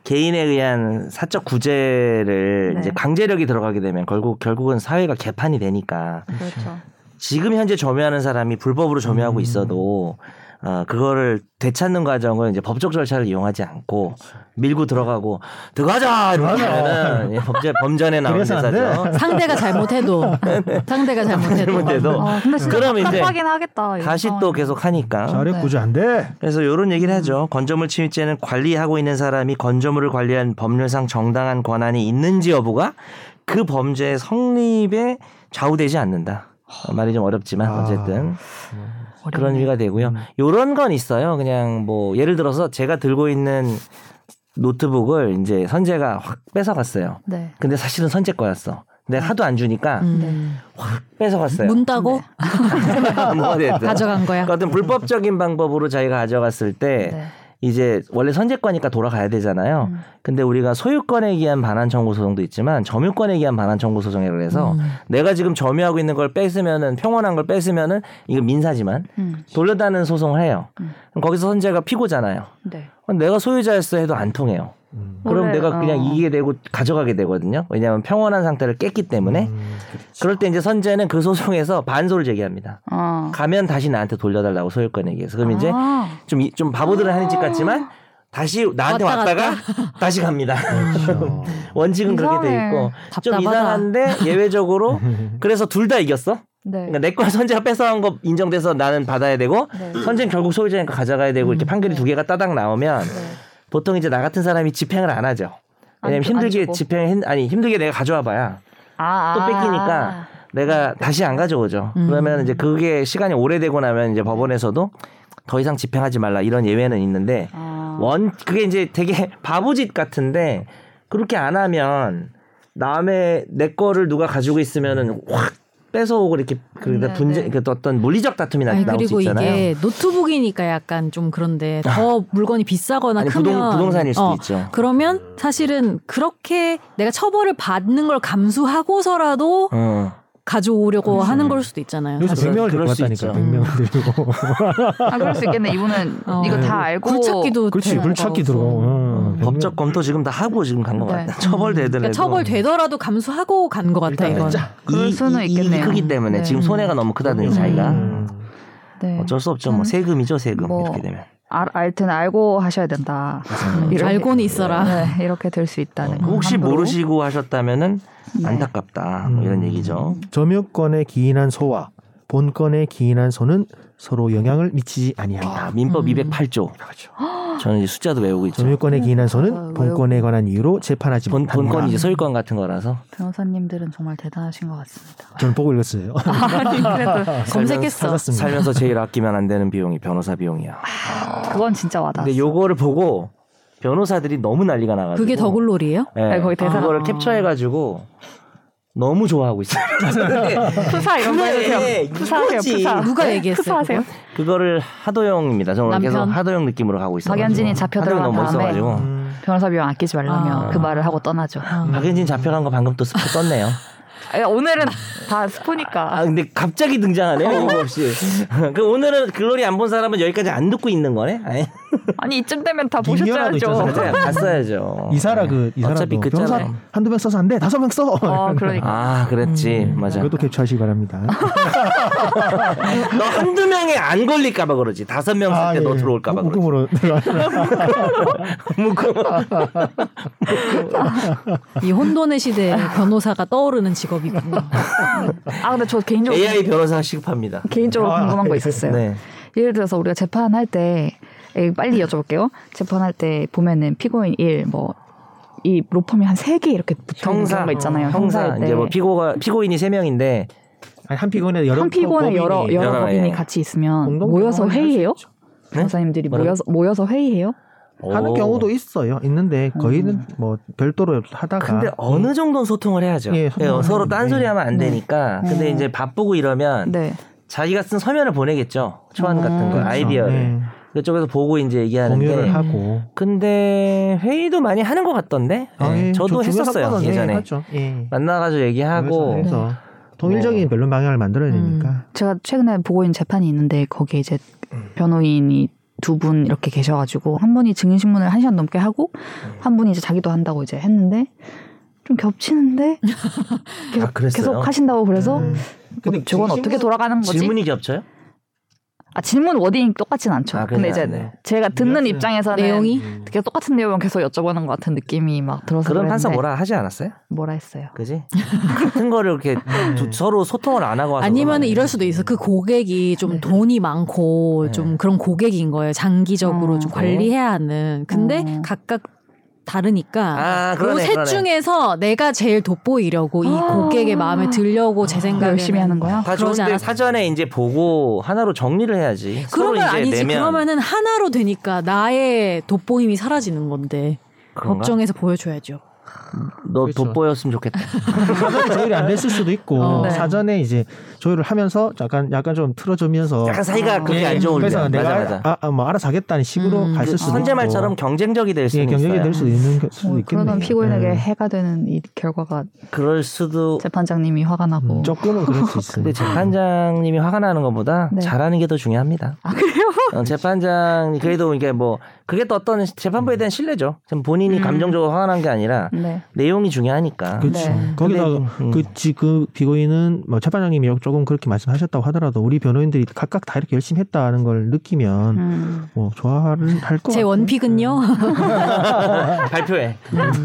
S2: 개인에 의한 사적 구제를
S1: 네.
S2: 이제 강제력이 들어가게 되면 결국 결국은 사회가 개판이 되니까
S1: 그렇죠.
S2: 지금 현재 점유하는 사람이 불법으로 점유하고
S3: 음.
S2: 있어도 어, 그거를 되찾는 과정을 이제 법적 절차를 이용하지 않고 밀고 들어가고 들어가자 이러면은 예, 법제 범전에 나오는
S3: 그래서 안 돼.
S2: 대사죠.
S5: 상대가 잘못해도 상대가 잘못해도
S2: 네. 잘못해도
S1: 아, 근데 진짜
S2: 그럼 이제
S1: 답답하긴 하겠다. 이
S2: 다시 또
S1: 상황이.
S2: 계속 하니까
S3: 자력
S1: 네.
S3: 구조 안 돼.
S2: 그래서 이런 얘기를 하죠. 건조물 침입죄는 관리하고 있는 사람이 건조물을 관리한 법률상 정당한 권한이 있는지 여부가 그 범죄의 성립에 좌우되지 않는다. 어, 말이 좀 어렵지만
S3: 아.
S2: 어쨌든 그런 의미가 되고요.
S5: 음.
S2: 요런 건 있어요. 그냥 뭐 예를 들어서 제가 들고 있는 노트북을 이제 선재가 확 뺏어갔어요.
S1: 네.
S2: 근데 사실은 선재 거였어. 내가 하도 안 주니까
S5: 음.
S2: 뺏어갔어요.
S5: 문 따고
S2: 뭐 어쨌든.
S5: 가져간 거야.
S2: 네. 그러니까 어떤 불법적인 방법으로 자기가 가져갔을 때
S1: 네.
S2: 이제 원래 선제권이니까 돌아가야 되잖아요.
S5: 음.
S2: 근데 우리가 소유권에 의한 반환 청구 소송도 있지만 점유권에 의한 반환 청구 소송이라고 해서
S5: 음.
S2: 내가 지금 점유하고 있는 걸 뺏으면은 평온한 걸 뺏으면은 이거 민사지만
S1: 음.
S2: 돌려다는 소송을 해요.
S1: 음.
S2: 그럼 거기서 선재가 피고잖아요.
S1: 네.
S2: 그럼 내가 소유자였어 해도 안 통해요.
S3: 음.
S2: 그럼
S4: 원래,
S2: 내가 그냥
S1: 어.
S2: 이기게 되고 가져가게 되거든요. 왜냐하면 평온한 상태를 깼기 때문에.
S3: 음,
S2: 그럴 때 이제 선재는 그 소송에서 반소를 제기합니다.
S1: 어.
S2: 가면 다시 나한테 돌려달라고 소유권 얘기해서 아. 그럼 이제
S1: 아.
S2: 좀, 이- 좀 바보들은 하는 짓 같지만 다시 나한테
S5: 왔다
S2: 왔다가 다시 갑니다.
S3: 그렇죠.
S2: 원칙은 그렇게 돼
S1: 이상해.
S2: 있고 좀
S5: 답답하다.
S2: 이상한데 예외적으로 그래서 둘 다 이겼어.
S1: 네.
S2: 그러니까 내걸 선재가 뺏어간 거 인정돼서 나는 받아야 되고
S1: 네. 음.
S2: 선재는 결국 소유자니까 가져가야 되고 이렇게 판결이 두 개가 따닥 나오면
S1: 네.
S2: 보통 이제 나 같은 사람이 집행을 안 하죠. 왜냐면
S1: 안 주- 안
S2: 힘들게
S1: 주고.
S2: 집행 아니 힘들게 내가 가져와 봐야
S1: 아, 음.
S2: 또
S1: 아.
S2: 뺏기니까 내가 다시 안 가져오죠. 그러면 이제 그게 시간이 오래되고 나면 이제 법원에서도 더 이상 집행하지 말라 이런 예외는 있는데
S1: 아.
S2: 원 그게 이제 되게 바보짓 같은데 그렇게 안 하면 남의 내 거를 누가 가지고 있으면은 확 뺏어오고 이렇게 그러다
S1: 네, 네.
S2: 분쟁 그 어떤 물리적 다툼이 나,
S5: 아니,
S2: 나올 수
S5: 그리고
S2: 있잖아요. 아.
S5: 이게 노트북이니까 약간 좀 그런데 더 물건이 비싸거나
S2: 아니,
S5: 크면 어.
S2: 부동- 부동산일 수도 있죠.
S5: 그러면 사실은 그렇게 내가 처벌을 받는 걸 감수하고서라도
S2: 어.
S5: 가져오려고 하는 걸 수도 있잖아요.
S3: 여기서
S2: 사실
S3: 100명을
S2: 그럴
S3: 데리고
S2: 수
S3: 왔다니까.
S2: 있죠.
S3: 100명을 데리고.
S1: 아, 그럴 수 있겠네. 이분은
S5: 어.
S1: 이거
S3: 네.
S1: 다 알고
S5: 굴착기도
S3: 그렇지.
S5: 되는
S3: 물찾기
S5: 거고. 음.
S3: 들어. 어, 100명.
S2: 법적 검토 지금 다 하고 지금 간 것
S1: 네.
S2: 같다. 처벌되더라도 네.
S5: 그러니까 처벌되더라도 감수하고 간 것 같아 이건.
S1: 그럴 수는
S2: 이, 이, 이
S1: 있겠네요.
S2: 크기 때문에
S1: 네.
S2: 지금 손해가 너무 크다든지 자기가
S3: 음.
S1: 네.
S2: 어쩔 수 없죠. 뭐 세금이죠 세금
S1: 뭐.
S2: 이렇게 되면.
S1: 알, 알든 알고 하셔야 된다. 이렇게-
S5: 음, 알고는 있어라.
S1: 네, 이렇게 될 수 있다는 거.
S2: 어, 혹시
S1: 함부로.
S2: 모르시고 하셨다면은
S1: 네.
S2: 안타깝다 뭐 이런
S3: 음.
S2: 얘기죠.
S3: 점유권에 기인한 소와 본권에 기인한 소는 서로 영향을 미치지
S2: 아, 그렇죠.
S3: 아니한다. 아,
S2: 민법
S5: 음.
S2: 208조. 저는 이제 숫자도 외우고 있죠.
S3: 점유권에 기인한
S1: 아,
S3: 소는
S1: 왜요?
S3: 본권에 관한 이유로 재판하지
S2: 본,
S3: 못한다.
S2: 본권 이제 소유권 같은 거라서
S1: 변호사님들은 정말 대단하신 것 같습니다.
S3: 저는 보고 읽었어요.
S1: 아니 그래도
S5: 검색했어.
S3: 찾았습니다.
S2: 살면서 제일 아끼면 안 되는 비용이 변호사 비용이야.
S1: 아, 그건 진짜 와닿았어.
S2: 근데 요거를 보고 변호사들이 너무 난리가 나가지고
S5: 그게 더글로리예요?
S2: 예,
S1: 아니, 네, 거기 대사-
S2: 그거를
S5: 아.
S2: 캡처해가지고 너무 좋아하고 있어요.
S1: 푸사 이런 거 해주세요.
S2: 그래,
S1: 푸사하세요.
S2: 이거지.
S1: 푸사. 네,
S5: 누가 얘기했어요,
S1: 푸사하세요.
S2: 그거를 하도영입니다. 저는 오늘 계속
S5: 남편?
S2: 하도영 느낌으로 가고 있어요.
S1: 박연진이 잡혀
S2: 하도영 너무
S1: 들어간 다음에.
S2: 멋있어가지고
S1: 변호사 비용 아끼지 말라며
S5: 아.
S1: 그 말을 하고 떠나죠.
S3: 음.
S2: 박연진 잡혀간 거 방금 또 스포 떴네요.
S1: 아니, 예, 오늘은 다 스포니까.
S2: 아 근데 갑자기 등장하네요 이거 없이. 그 오늘은 글로리 안 본 사람은 여기까지 안 듣고 있는 거네. 아니,
S1: 아니 이쯤 되면 다
S3: 김연아도
S1: 보셨어야죠.
S3: 있잖아요.
S2: 맞아요. 갔어야죠.
S3: 이사라 그 이사라
S2: 어차피
S3: 그
S2: 그
S3: 변호사
S2: 짜네.
S3: 한두 명 써서 안 돼. 다섯 명 써.
S1: 어, 그러니까.
S2: 아 그랬지 맞아.
S3: 이것도 캡처하시기 바랍니다.
S2: 아, 네. 너 한두 명에 안 걸릴까봐 그러지. 다섯 명 쓸 때 너
S3: 예.
S2: 들어올까봐
S3: 무-
S2: 그러지.
S3: 묶음으로 들어와.
S2: 묶음.
S5: 이 혼돈의 시대에 변호사가 떠오르는 직업이군요.
S1: 아 근데 저 개인적으로
S2: AI 변호사 시급합니다.
S1: 개인적으로
S3: 아,
S1: 궁금한 거 있었어요.
S2: 네.
S1: 예를 들어서 우리가 재판할 때 에, 빨리 여쭤볼게요. 재판할 때 보면은 피고인 1, 뭐이 로펌이 한 세 개 이렇게 붙어 있는
S2: 형사
S1: 경우가 있잖아요.
S2: 형사
S1: 형사일 때.
S2: 이제 뭐 피고가 피고인이 세 명인데
S3: 아니, 한 피곤에 여러
S1: 한 피고에
S3: 법인이
S1: 여러
S2: 여러
S1: 여러 법인이
S2: 예.
S1: 같이 있으면
S3: 공동
S1: 모여서
S3: 경험을 할수
S1: 회의해요?
S3: 있죠.
S1: 변호사님들이
S2: 뭐라고?
S1: 모여서 모여서 회의해요?
S2: 오.
S3: 하는 경우도 있어요. 있는데
S1: 음.
S3: 거의는 뭐 별도로 하다가
S2: 근데 어느 정도는 소통을 해야죠.
S3: 예, 소통을
S2: 예, 서로
S3: 하는데. 네.
S2: 딴소리하면 안 되니까. 근데 이제 바쁘고 이러면
S1: 네.
S2: 자기가 쓴 서면을 보내겠죠. 초안
S1: 음.
S2: 같은 거
S1: 그렇죠.
S2: 아이디어를
S3: 예.
S2: 그쪽에서 보고 이제 얘기하는데. 네,
S3: 공유를 하고
S2: 근데 회의도 많이 하는 것 같던데.
S3: 아,
S2: 예,
S3: 예.
S2: 저도
S3: 주- 주변
S2: 했었어요
S3: 사건은, 예,
S2: 예전에.
S3: 하죠. 예.
S2: 만나가지고 얘기하고
S5: 음,
S3: 그래서 통일적인
S2: 뭐.
S3: 변론 방향을 만들어야 되니까.
S1: 제가 최근에 보고 있는 재판이 있는데 거기에 이제
S2: 음.
S1: 변호인이 두 분 이렇게 계셔가지고 한 분이 증인신문을 한 시간 넘게 하고
S2: 음.
S1: 한 분이 이제 자기도 한다고 이제 했는데 좀 겹치는데 계속,
S2: 아, 그랬어요?
S1: 계속 하신다고 그래서
S3: 음.
S1: 근데 저건 어떻게 돌아가는 거지?
S2: 질문이 겹쳐요?
S5: 어,
S1: 아 질문 워딩이 똑같진 않죠.
S2: 아,
S1: 근데
S2: 그냥,
S1: 이제
S2: 네.
S1: 제가 듣는
S3: 뉘앙스는-
S1: 입장에서는
S5: 내용이
S3: 음.
S1: 되게 똑같은 내용만 계속 여쭤보는 것 같은 느낌이 막 들어서
S2: 그런 판사
S1: 그랬는데
S2: 뭐라 하지 않았어요?
S1: 뭐라 했어요?
S2: 그지? 같은 거를 이렇게
S3: 네.
S2: 두- 서로 소통을 안 하고 와서
S5: 아니면 이럴 수도 있어. 그 고객이
S1: 네.
S5: 좀 돈이 많고
S2: 네.
S5: 좀 그런 고객인 거예요. 장기적으로
S1: 어.
S5: 좀 관리해야 하는. 근데
S1: 어.
S5: 각각 다르니까
S2: 아, 그러네,
S5: 요셋
S2: 그러네.
S5: 중에서 내가 제일 돋보이려고 이
S1: 아.
S5: 고객의 마음에 들려고 제 생각에
S1: 열심히 하는 거야?
S2: 다
S5: 그러지
S2: 좋은데
S5: 않았-
S2: 사전에 이제 보고 하나로 정리를 해야지. 서로
S5: 그러면
S2: 이제
S5: 아니지.
S2: 내면
S5: 그러면은 하나로 되니까 나의 돋보임이 사라지는 건데
S2: 그런가?
S5: 법정에서 보여줘야죠.
S2: 너
S3: 그렇죠.
S2: 돋보였으면 좋겠다.
S3: 사전에 조율이 안 됐을 수도 있고
S5: 어,
S4: 네.
S3: 사전에 이제 조율을 하면서 약간 약간 좀 틀어주면서
S2: 약간 사이가 그렇게
S3: 예,
S2: 안 좋을
S3: 그래서
S2: 때.
S3: 내가
S2: 맞아 맞아.
S3: 아, 아, 뭐 알아서 하겠다는 식으로
S5: 음.
S3: 갔을
S2: 그
S3: 수도
S2: 선제 말처럼
S3: 있고.
S2: 경쟁적이 될 수는
S3: 예, 경쟁이
S2: 있어요.
S3: 될 수도 있는 게- 수도
S1: 어,
S3: 있겠네요.
S1: 그러던 피고인에게
S3: 예.
S1: 해가 되는 이 결과가
S2: 그럴 수도.
S1: 재판장님이 화가
S2: 음.
S1: 나고
S3: 조금은 그럴 수
S2: 근데
S3: 있습니다.
S2: 재판장님이 화가 나는 것보다
S1: 음. 네.
S2: 잘하는 게 더 중요합니다.
S1: 아 그래요?
S2: 어, 재판장 그래도 이게 뭐 그게 또 어떤 재판부에 대한 신뢰죠. 참 본인이
S4: 음.
S2: 감정적으로 화가 난 게 아니라
S1: 네.
S2: 내용이 중요하니까.
S3: 그렇죠.
S1: 네.
S3: 거기다가
S2: 근데, 음.
S3: 그 지금 피고인은 뭐 재판장님이 조금 그렇게 말씀하셨다고 하더라도 우리 변호인들이 각각 다 이렇게 열심히 했다는 걸 느끼면
S1: 음.
S3: 뭐 좋아를 할
S1: 그
S3: 거.
S5: 제 원픽은요.
S2: 어, 발표해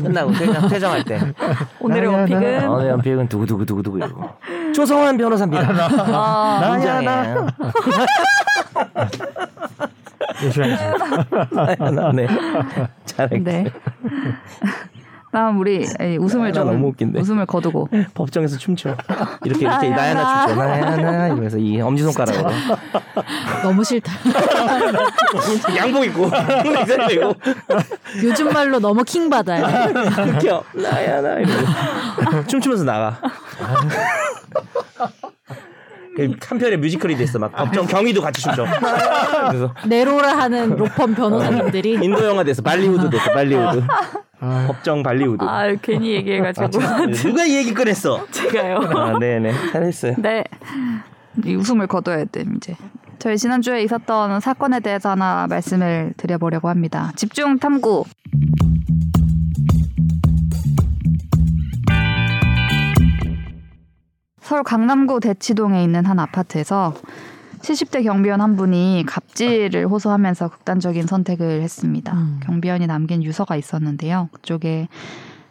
S2: 끝나고 퇴장, 퇴장할 때
S1: 음.
S4: 오늘의
S3: 나야,
S4: 원픽은
S2: 오늘 연필은 두구 두구 두구 두구 이러고 조성환 변호사입니다.
S4: 아,
S2: 나야 나.
S3: 예,
S1: 아,
S2: 네. 잘했어.
S1: 네. 다음 우리 에, 웃음을
S2: 나
S1: 조금
S2: 너무 웃긴데.
S1: 웃음을 거두고
S2: 법정에서 춤춰. 이렇게 이렇게 나야나 춤춰. 나야나 이러면서 이 엄지 손가락으로
S1: 네.
S5: 너무 싫다.
S2: 양복 입고 이렇게 고
S5: 요즘 말로 너무 킹 받아요.
S1: 어,
S2: 웃겨 나야나 이러고 춤추면서 나가. 그한 편의 뮤지컬이 됐어 막 법정 경위도 같이 춤춰. 그래서
S5: 네로라 하는 로펌 변호사님들이
S2: 인도 영화 됐어 발리우드 됐어 발리우드 법정 발리우드.
S4: 아, 괜히 얘기해가지고
S2: 누가 이 얘기 꺼냈어?
S4: 제가요.
S2: 아, 네네. 잘했어요.
S1: 네. 이 웃음을 거둬야 돼 이제. 저희 지난주에 있었던 사건에 대해서 하나 말씀을 드려보려고 합니다. 집중 탐구. 서울 강남구 대치동에 있는 한 아파트에서 70대 경비원 한 분이 갑질을 호소하면서 극단적인 선택을 했습니다.
S5: 음.
S1: 경비원이 남긴 유서가 있었는데요. 그쪽에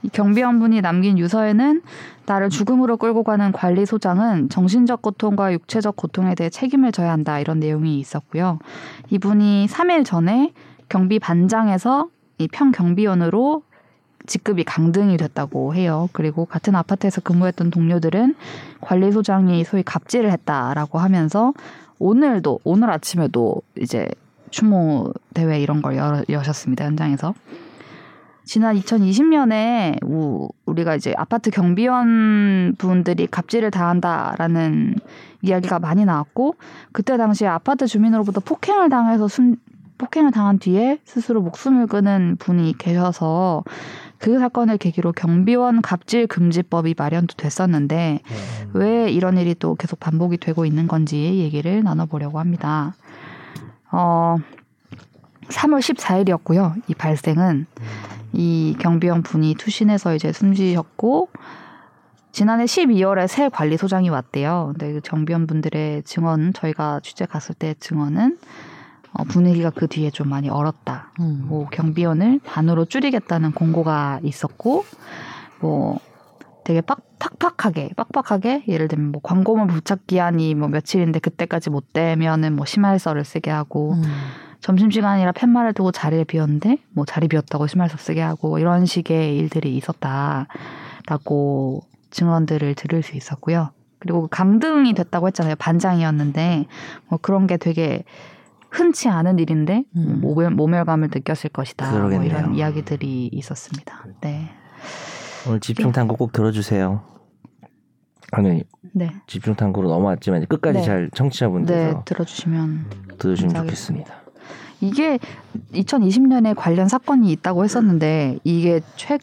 S1: 이 경비원 분이 남긴 유서에는 나를 죽음으로 끌고 가는 관리 소장은 정신적 고통과 육체적 고통에 대해 책임을 져야 한다 이런 내용이 있었고요. 이분이 3일 전에 경비 반장에서 이 평경비원으로 직급이 강등이 됐다고 해요. 그리고 같은 아파트에서 근무했던 동료들은 관리 소장이 소위 갑질을 했다라고 하면서 오늘도 오늘 아침에도 이제 추모 대회 이런 걸 여, 여셨습니다 현장에서. 지난 2020년에 우리가 이제 아파트 경비원 분들이 갑질을 당한다라는 이야기가 많이 나왔고 그때 당시에 아파트 주민으로부터 폭행을 당해서 숨- 폭행을 당한 뒤에 스스로 목숨을 끊은 분이 계셔서 그 사건을 계기로 경비원 갑질 금지법이 마련도 됐었는데 왜 이런 일이 또 계속 반복이 되고 있는 건지 얘기를 나눠보려고 합니다. 어, 3월 14일이었고요. 이 발생은 이 경비원 분이 투신해서 이제 숨지셨고 지난해 12월에 새 관리소장이 왔대요. 근데 그 경비원 분들의 증언 저희가 취재 갔을 때 증언은 어, 분위기가 그 뒤에 좀 많이 얼었다.
S5: 음.
S1: 뭐 경비원을 반으로 줄이겠다는 공고가 있었고 뭐 되게 빡 팍팍하게 빡빡하게 예를 들면 뭐 광고물 부착 기한이 뭐 며칠인데 그때까지 못 되면은 뭐 심할서를 쓰게 하고
S5: 음.
S1: 점심시간이라 팻말을 두고 자리를 비웠는데 뭐 자리 비웠다고 심할서 쓰게 하고 이런 식의 일들이 있었다라고 증언들을 들을 수 있었고요. 그리고 강등이 됐다고 했잖아요. 반장이었는데 뭐 그런 게 되게 흔치 않은 일인데 뭐
S5: 음.
S1: 모멸, 모멸감을 느꼈을 것이다. 뭐
S2: 그러겠네요. 그렇죠.
S1: 이런 이야기들이 있었습니다. 네.
S2: 오늘 집중 탐구 꼭 들어주세요. 아니
S1: 네.
S2: 집중 탐구로 넘어왔지만 끝까지
S1: 네.
S2: 잘
S1: 네,
S2: 청취자분들께서
S1: 들어주시면
S2: 들으시면
S1: 감사하겠습니다.
S2: 좋겠습니다.
S1: 이게 2020년에 관련 사건이 있다고 했었는데 이게 최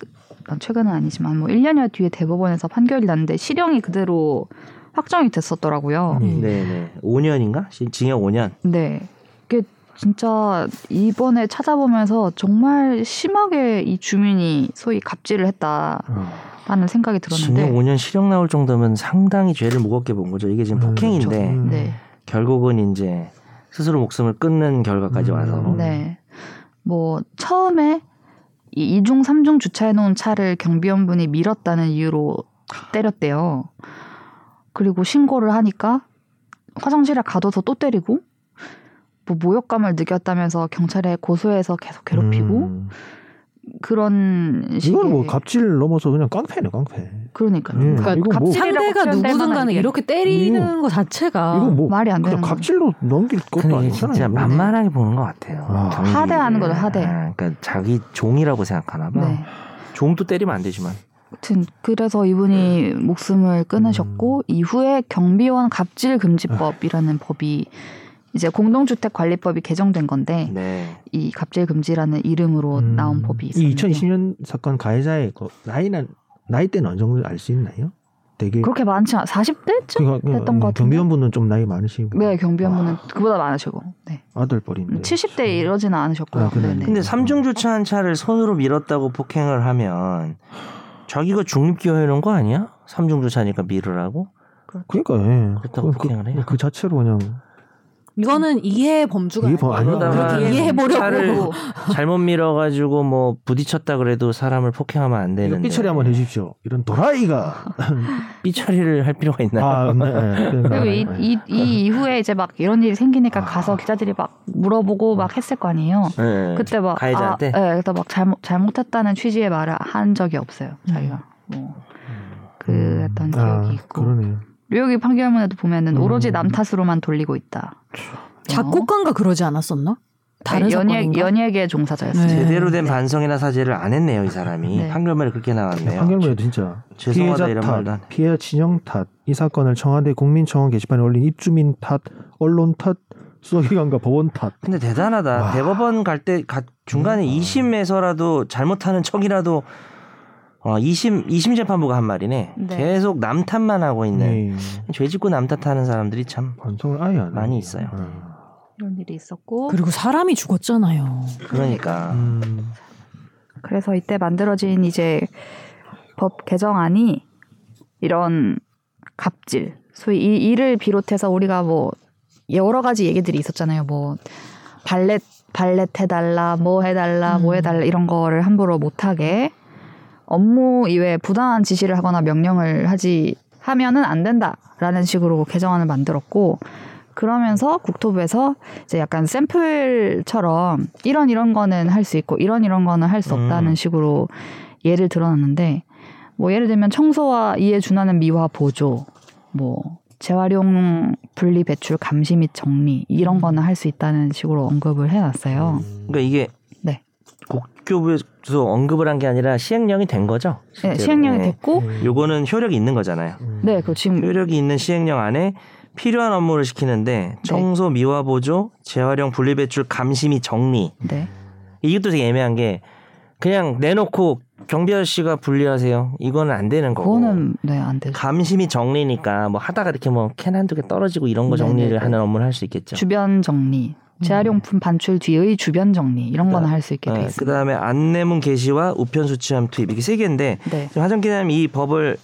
S1: 아, 최근은 아니지만 뭐 1년여 뒤에 대법원에서 판결이 났는데 실형이 그대로 확정이 됐었더라고요.
S5: 음.
S2: 네네. 5년인가? 징역 5년.
S1: 네. 이게 진짜 이번에 찾아보면서 정말 심하게 이 주민이 소위 갑질을 했다라는 생각이
S2: 징역
S1: 들었는데
S2: 5년 실형 나올 정도면 상당히 죄를 무겁게 본 거죠. 이게 지금
S3: 음,
S2: 폭행인데
S1: 그렇죠.
S3: 음.
S1: 네.
S2: 결국은 이제 스스로 목숨을 끊는 결과까지
S3: 음.
S2: 와서
S1: 네. 뭐 처음에 이 2중 3중 주차해 놓은 차를 경비원분이 밀었다는 이유로 때렸대요. 그리고 신고를 하니까 화장실에 가둬서 또 때리고 뭐 모욕감을 느꼈다면서 경찰에 고소해서 계속 괴롭히고
S3: 음.
S1: 그런 식의
S3: 이건 뭐 갑질 넘어서 그냥 깡패네 깡패.
S1: 그러니까요.
S3: 음,
S1: 그러니까
S3: 이거 뭐-
S1: 갑질이라고
S5: 상대가
S1: 표현될
S5: 누구든
S1: 만한
S5: 간에
S1: 게
S5: 이렇게 때리는 거
S1: 아,
S5: 자체가
S3: 이건 뭐
S1: 말이 안
S3: 그냥
S1: 되는 거죠.
S3: 갑질로 넘길 것도
S2: 근데 이게
S3: 아니잖아요.
S2: 진짜
S3: 이거는.
S2: 만만하게 보는 것 같아요.
S3: 아.
S2: 경기를.
S1: 하대하는 거죠, 하대.
S2: 아, 그러니까 자기 종이라고 생각하나 봐.
S1: 네.
S2: 종도 때리면 안 되지만
S1: 아무튼 그래서 이분이 목숨을 끊으셨고 이후에 경비원 갑질 금지법이라는 법이 이제 공동주택 관리법이 개정된 건데
S2: 네.
S1: 이 갑질 금지라는 이름으로
S3: 음,
S1: 나온 법이
S3: 이
S1: 있었는데
S3: 2020년 사건 가해자의 그 나이는 나이대는 어느 정도 알 수 있나요? 되게
S1: 그렇게 많지 않 40대쯤?
S3: 그러니까
S1: 됐던 것 같은데?
S3: 경비원분은 좀 나이 많으시고
S1: 네 경비원분은
S3: 와.
S1: 그보다 많으시고 네.
S3: 아들 버린데
S1: 70대 이러지는 않으셨고요.
S3: 네. 아, 그래요?
S1: 네네.
S2: 근데 삼중 주차한 차를 손으로 밀었다고 폭행을 하면 자기가 중립기어해놓은 거 아니야? 삼중 주차니까 밀으라고?
S3: 그러니까 예.
S2: 그렇다고
S3: 그,
S2: 폭행을 해요?
S3: 그 자체로 그냥
S5: 이거는 이해의 범주가
S3: 이해 범-
S5: 어, 아니에요.
S3: 아니요.
S2: 그러다가
S5: 그렇게 이해해보려고. 어.
S2: 차를 잘못 밀어가지고 뭐 부딪혔다 그래도 사람을 폭행하면 안
S3: 이거
S2: 되는데 네.
S3: 삐처리 한번 해주십시오. 이런 도라이가
S2: 삐처리를 할 필요가 있나요?
S3: 아, 네, 네.
S1: 그리고 이, 이, 이 이후에 이제 막 이런 일이 생기니까
S3: 아.
S1: 가서 기자들이 막 물어보고 막 했을 거 아니에요.
S2: 네.
S1: 그때 막
S2: 가해자한테?
S1: 아, 네, 그래서 막 잘못 잘못했다는 취지의 말을 한 적이 없어요. 자기가 뭐 음. 아, 그랬던 기억이 있고
S3: 아, 그러네요.
S1: 뉴욕이 판결문에도 보면은
S3: 음.
S1: 오로지 남 탓으로만 돌리고 있다. 어? 네,
S5: 작곡가인가 그러지 않았었나? 다른
S1: 아, 연예
S5: 사건인가?
S1: 연예계 종사자였어요.
S5: 네.
S2: 제대로 된 반성이나 사죄를 안 했네요 이 사람이
S1: 네.
S2: 판결문에 그렇게 나왔네요.
S3: 판결문에 진짜
S2: 죄송하다 이런
S3: 탓,
S2: 말도 안-
S3: 피해 친형 탓, 이 사건을 청와대 국민청원 게시판에 올린 입주민 탓, 언론 탓, 수사기관과 법원 탓.
S2: 근데 대단하다.
S3: 와.
S2: 대법원 갈 때 중간에
S3: 음.
S2: 2심에서라도 잘못하는 척이라도 어, 2심 2심 재판부가 한 말이네.
S1: 네.
S2: 계속 남 탓만 하고 있는
S3: 네.
S2: 죄 짓고 남 탓하는 사람들이 참
S3: 반성을 아예 안
S2: 많이
S3: 해요.
S2: 있어요.
S3: 아.
S1: 이런 일이 있었고
S5: 그리고 사람이 죽었잖아요.
S2: 그러니까
S3: 음.
S1: 그래서 이때 만들어진 이제 법 개정안이 이런 갑질, 소위 이 일을 비롯해서 우리가 뭐 여러 가지 얘기들이 있었잖아요. 뭐 발렛 발렛 해달라, 뭐 해달라, 뭐
S5: 음.
S1: 해달라 이런 거를 함부로 못하게 업무 이외에 부당한 지시를 하거나 명령을 하지 하면은 안 된다라는 식으로 개정안을 만들었고 그러면서 국토부에서 이제 약간 샘플처럼 이런 이런 거는 할 수 있고 이런 이런 거는 할 수 없다는
S2: 음.
S1: 식으로 예를 들어놨는데 뭐 예를 들면 청소와 이에 준하는 미화 보조 뭐 재활용 분리 배출 감시 및 정리
S2: 음.
S1: 이런 거는 할 수 있다는 식으로 언급을 해놨어요.
S2: 그러니까 이게
S1: 네.
S2: 국교부에서 언급을 한 게 아니라 시행령이 된 거죠.
S1: 네,
S2: 실제로.
S1: 시행령이
S2: 네.
S1: 됐고
S2: 요거는 효력이 있는 거잖아요.
S3: 음.
S1: 네, 그 지금
S2: 효력이 있는 시행령 안에 필요한 업무를
S1: 네.
S2: 시키는데 청소, 미화 보조, 재활용, 분리배출, 감시 및 정리
S1: 네,
S2: 이것도 되게 애매한 게 그냥 내놓고 경비 아저씨가 분리하세요. 이거는 안 되는 거고.
S1: 그거는 네 안 되죠.
S2: 감시 및 정리니까 뭐 하다가 이렇게 뭐 캔 한두 개 떨어지고 이런 거
S1: 네네네.
S2: 정리를 하는 업무를 할 수 있겠죠. 음.
S1: 주변 정리, 재활용품 반출 뒤의 주변 정리 이런 거는 할 수 있게 돼
S2: 네,
S1: 있습니다.
S2: 그다음에 안내문 게시와 우편 수취함 투입 이게 세 개인데
S1: 네.
S2: 지금 하정 기자님 이 법을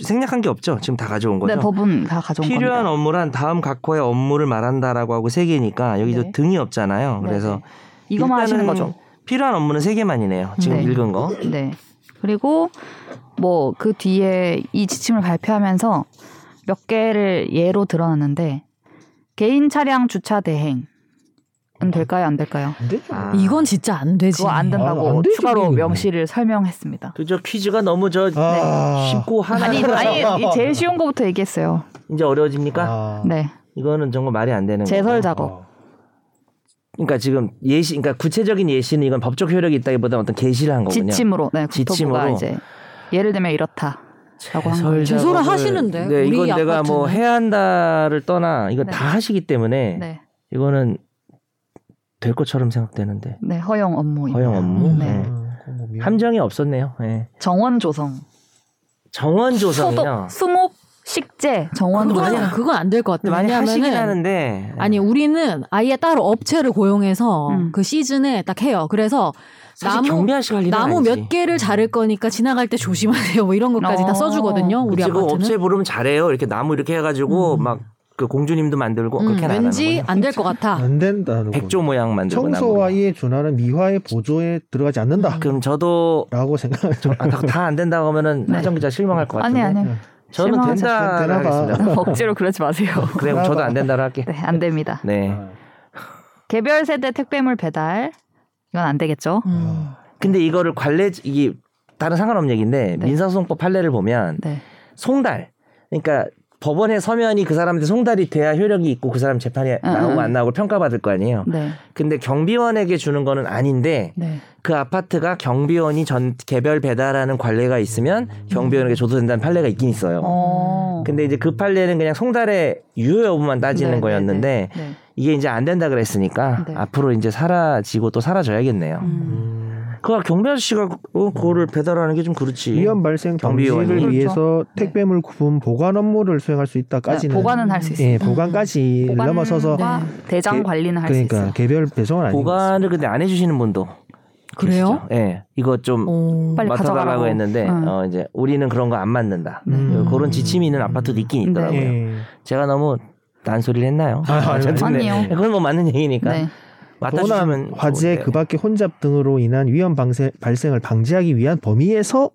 S2: 생략한 게 없죠. 지금 다 가져온 거죠.
S1: 네, 법은 다 가져온
S2: 필요한
S1: 겁니다.
S2: 업무란 다음 각호의 업무를 말한다라고 하고 세 개니까 여기도
S1: 네.
S2: 등이 없잖아요. 그래서
S1: 네, 네. 이거만 하시는
S2: 일단은
S1: 거죠.
S2: 필요한 업무는 세 개만이네요. 지금
S1: 네.
S2: 읽은 거.
S1: 네. 그리고 뭐 그 뒤에 이 지침을 발표하면서 몇 개를 예로 드러났는데 개인 차량 주차 대행은
S2: 음.
S1: 될까요, 안 될까요?
S3: 네.
S2: 아.
S5: 이건 진짜 안 되지.
S1: 그거 안 된다고
S3: 아, 안 되죠,
S1: 추가로
S3: 이거는.
S1: 명시를 설명했습니다.
S2: 그저 퀴즈가 너무 저
S1: 네.
S3: 아.
S2: 쉽고 하나
S1: 아니, 아니 이 제일 쉬운 거부터 얘기했어요.
S2: 이제 어려워집니까?
S3: 아.
S1: 네,
S2: 이거는 정말 말이 안 되는
S1: 제설
S2: 거고.
S1: 작업.
S2: 그러니까 지금 예시, 그러니까 구체적인 예시는 이건 법적 효력이 있다기보다 어떤 게시를 한 거군요.
S1: 지침으로 네 국토부가
S2: 뭐 지침으로.
S1: 이제 예를 들면 이렇다. 라고 한 거예요.
S2: 제설
S5: 제설을
S2: 작업을-
S5: 하시는데,
S2: 네,
S5: 우리
S2: 이건 내가 뭐
S5: 아파트는.
S2: 해야 한다를 떠나 이건
S1: 네.
S2: 다 하시기 때문에
S1: 네,
S2: 이거는 될 것처럼 생각되는데
S1: 네 허용 업무입니다.
S2: 허용 업무.
S3: 음.
S1: 네.
S2: 네. 함정이 없었네요. 예.
S1: 정원 조성,
S2: 정원 조성이요.
S1: 소독, 수목, 식재, 정원
S5: 어, 그건,
S1: 조성.
S5: 아니, 그건 안 될 것
S2: 근데
S5: 같아요.
S2: 많이 하시긴
S5: 왜냐면은
S2: 하는데
S5: 아니 우리는 아예 따로 업체를 고용해서
S1: 음.
S5: 그 시즌에 딱 해요. 그래서
S2: 사실
S5: 나무
S2: 경비하시고 할 일은
S5: 나무
S2: 아니지.
S5: 몇 개를 자를 거니까 지나갈 때 조심하세요. 뭐 이런 것까지
S1: 어.
S5: 다 써주거든요. 우리
S2: 지금
S5: 아파트는.
S2: 뭐 업체 부르면 잘해요. 이렇게 나무 이렇게 해가지고
S5: 음.
S2: 막 그 공주님도 만들고
S5: 음,
S2: 그렇게
S5: 왠지
S2: 안
S5: 안 될 것 같아.
S3: 안 된다는 거.
S2: 백조 모양 만들고
S3: 청소와
S2: 나무로.
S3: 이에 준하는 미화의 보조에 들어가지 않는다라고
S2: 그럼 저도 아,
S3: 생각하죠.
S2: 다 안 된다고 하면은
S1: 네.
S2: 하정 기자 실망할 것 같은데
S1: 아니 아니
S2: 저는
S1: 실망하지
S2: 된다
S3: 않게 되나 봐.
S2: 하겠습니다.
S1: 억지로 그러지 마세요.
S2: 그래 그럼 저도 안 된다로 할게.
S1: 네, 안 됩니다.
S2: 네.
S3: 아.
S1: 개별 세대 택배물 배달 이건 안 되겠죠.
S5: 음.
S2: 근데 이거를 관례 이게 다른 상관없는 얘기인데
S1: 네.
S2: 민사소송법 판례를 보면
S1: 네,
S2: 송달 그러니까 법원의 서면이 그 사람한테 송달이 돼야 효력이 있고 그 사람 재판이 나오고
S1: 응.
S2: 안 나오고 평가받을 거 아니에요.
S1: 네.
S2: 근데 경비원에게 주는 거는 아닌데
S1: 네.
S2: 그 아파트가 경비원이 전 개별 배달하는 관례가 있으면 경비원에게 줘도 된다는 판례가 있긴 있어요.
S1: 어.
S2: 근데 이제 그 판례는 그냥 송달의 유효 여부만 따지는
S1: 네, 네,
S2: 거였는데
S1: 네, 네.
S2: 이게 이제 안 된다 그랬으니까
S1: 네.
S2: 앞으로 이제 사라지고 또 사라져야겠네요.
S1: 음.
S2: 그거 경비 아저씨가 그- 그거를 배달하는 게 좀 그렇지.
S3: 위험 발생
S2: 경비원이.
S3: 방지를 위해서 택배물 구분 보관 업무를 수행할 수
S1: 그렇죠.
S3: 있다까지는
S1: 네. 보관은 할 수 있어요. 음.
S3: 예, 보관까지
S1: 보관과
S3: 넘어서서
S1: 대장
S3: 개-
S1: 관리는 할 수
S3: 그러니까
S1: 있어요.
S3: 개별 배송은 아니고
S2: 보관을 근데 안 해주시는 분도
S5: 그래요?
S2: 계시죠. 예, 이거 좀
S5: 어.
S1: 빨리
S2: 맡아달라고
S1: 가져가라고.
S2: 했는데
S1: 응.
S2: 어, 이제 우리는 그런 거 안 맞는다.
S3: 음.
S2: 그런 지침이 있는 아파트도 있긴 있더라고요.
S1: 네.
S3: 예.
S2: 제가 너무 난소리를 했나요?
S3: 아, 아니요.
S2: 어쨌든 네.
S1: 아니에요.
S2: 그건 뭐 맞는 얘기니까
S1: 네.
S2: 맡아주시면
S3: 도난, 화재,
S2: 좋은데.
S3: 그밖에 혼잡 등으로 인한 위험 방세, 발생을 방지하기 위한 범위에서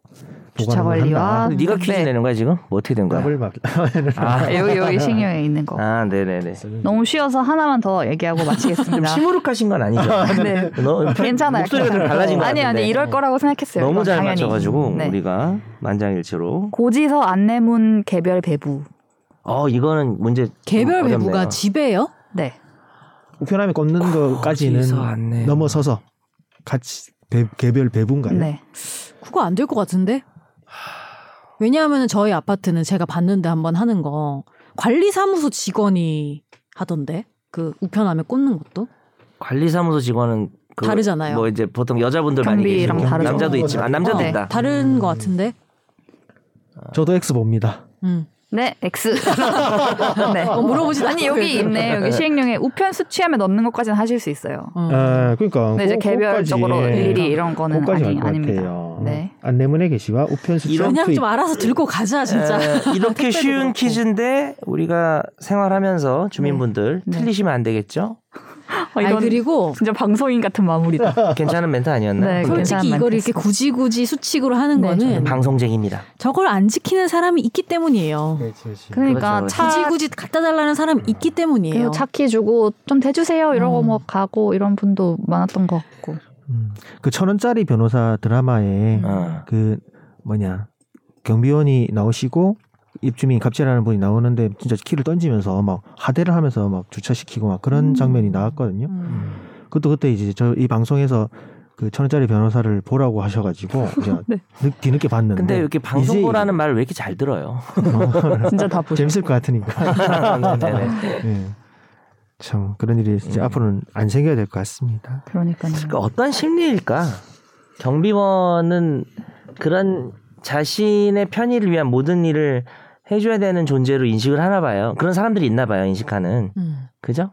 S1: 주차
S3: 보관을
S1: 관리와
S3: 한다.
S2: 근데 아, 네가 퀴즈
S1: 네.
S2: 내는 거야 지금? 뭐 어떻게 된 거야?
S3: 답을 막 네.
S2: 아,
S1: 여기 여기 신경에 있는 거.
S2: 아, 네네네.
S1: 너무 쉬워서 하나만 더 얘기하고
S2: 좀
S1: 마치겠습니다.
S2: 시무룩하신 건 아니죠?
S1: 네.
S2: 너-
S1: 괜찮아요.
S2: 목소리가 좀 달라진 것
S1: 아니요,
S2: 같은데. 네.
S1: 아니 이럴 거라고 생각했어요.
S2: 너무
S1: 이건
S2: 잘
S1: 당연히.
S2: 맞춰가지고
S1: 네.
S2: 우리가 만장일치로.
S1: 고지서 안내문 개별 배부.
S2: 어 이거는 문제
S5: 개별
S2: 아, 어렵네요.
S5: 외부가 지배요?
S1: 네.
S3: 우편함에 꽂는
S5: 아,
S2: 거기서
S3: 것까지는
S2: 안내.
S3: 넘어서서 같이 배- 개별 배분가요?
S1: 네.
S5: 그거 안 될 것 같은데? 왜냐하면 저희 아파트는 제가 봤는데 한번 하는 거 관리사무소 직원이 하던데 그 우편함에 꽂는 것도
S2: 관리사무소 직원은 그
S5: 다르잖아요.
S2: 뭐 이제 보통 여자분들 많이
S1: 경비랑
S2: 계시고
S1: 다르죠.
S2: 남자도 있지만 아, 남자도
S5: 어,
S2: 있다.
S5: 다른 것 같은데.
S3: 저도 X 봅니다.
S5: 음.
S1: 네, X. 네.
S5: 물어보지도
S1: 아니,
S5: 않고
S1: 여기 있네. 여기 시행령에 우편 수취함에 넣는 것까지는 하실 수 있어요.
S5: 어.
S3: 아, 그러니까
S1: 근데 네, 이제
S3: 그-
S1: 개별적으로
S2: 예.
S3: 그것까지,
S1: 일일이 이런 거는
S3: 그것까지
S1: 아니,
S3: 갈것
S1: 아닙니다.
S3: 같아요.
S1: 네.
S3: 안내문의 게시와 우편 수치
S2: 이런
S5: 그냥
S3: 투입.
S5: 좀 알아서 들고 가자 진짜.
S1: 어,
S2: 에, 이렇게
S5: 택배도
S2: 쉬운
S5: 그렇고.
S2: 퀴즈인데 우리가 생활하면서 주민분들
S1: 네.
S2: 틀리시면 안 되겠죠?
S1: 어,
S5: 아니
S1: 이건
S5: 그리고
S1: 진짜 방송인 같은 마무리다.
S2: 괜찮은 멘트 아니었나요?
S1: 네, 괜찮은
S5: 솔직히 이걸
S1: 말씀.
S5: 이렇게 굳이 굳이 수칙으로 하는
S1: 네,
S5: 거는
S2: 방송쟁입니다.
S5: 저걸 안 지키는 사람이 있기 때문이에요.
S1: 그러니까
S2: 그렇죠.
S1: 차
S5: 굳이 굳이 갖다 달라는 사람이 있기 때문이에요.
S1: 그리고 차키 주고 좀 대주세요 이러고 뭐 가고 이런 분도 많았던 것 같고
S3: 음. 그천 원짜리 변호사
S1: 음.
S3: 드라마에
S2: 어.
S3: 그 뭐냐 경비원이 나오시고 입주민 갑질하는 분이 나오는데 진짜 키를 던지면서 막 하대를 하면서 막 주차시키고 막 그런
S5: 음.
S3: 장면이 나왔거든요.
S5: 음.
S3: 그것도 그때 이제 저 이 방송에서 그 천원짜리 변호사를 보라고 하셔가지고 그냥 늦- 뒤늦게 봤는데
S2: 근데 이렇게
S3: 이제
S2: 방송보라는 말을 왜 이렇게 잘 들어요?
S1: 진짜 다 보셨.
S3: 재밌을 것 같으니까
S2: 네네.
S3: 예. 참 그런 일이 진짜 앞으로는 안 생겨야 될 것 같습니다.
S1: 그러니까요.
S2: 그 어떤 심리일까? 경비원은 그런 자신의 편의를 위한 모든 일을 해줘야 되는 존재로 인식을 하나 봐요. 그런 사람들이 있나 봐요, 인식하는.
S5: 음.
S2: 그죠?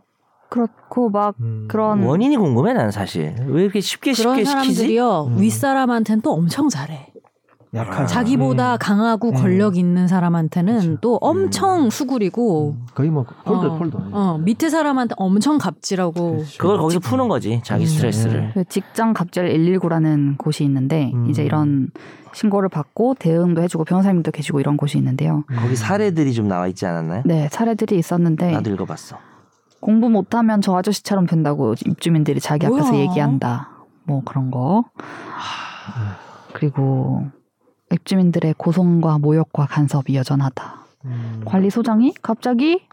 S1: 그렇고 막
S3: 음.
S1: 그런
S2: 원인이 궁금해, 나는 사실. 왜 이렇게 쉽게
S5: 그런
S2: 쉽게 시키지?
S5: 사람들이요
S3: 음.
S5: 윗사람한테는 또 엄청 잘해.
S3: 약한
S5: 아. 자기보다 강하고
S3: 음.
S5: 권력 있는 사람한테는
S3: 그쵸.
S5: 또 엄청 수구리고
S3: 음. 거의 뭐 폴더
S5: 어,
S3: 폴더 아니에요.
S5: 어, 밑에 사람한테 엄청 갑질하고
S3: 그렇죠.
S2: 그걸 거기서 푸는 거지, 자기
S5: 음.
S2: 스트레스를.
S1: 그 직장 갑질 119라는 곳이 있는데
S3: 음.
S1: 이제 이런 신고를 받고 대응도 해주고 변호사님도 계시고 이런 곳이 있는데요.
S2: 거기 사례들이 좀 나와 있지 않았나요?
S1: 네 사례들이 있었는데
S2: 나도 읽어봤어.
S1: 공부 못하면 저 아저씨처럼 된다고 입주민들이 자기
S5: 뭐야?
S1: 앞에서 얘기한다. 뭐 그런 거. 그리고 입주민들의 고성과 모욕과 간섭이 여전하다.
S3: 음.
S1: 관리소장이 갑자기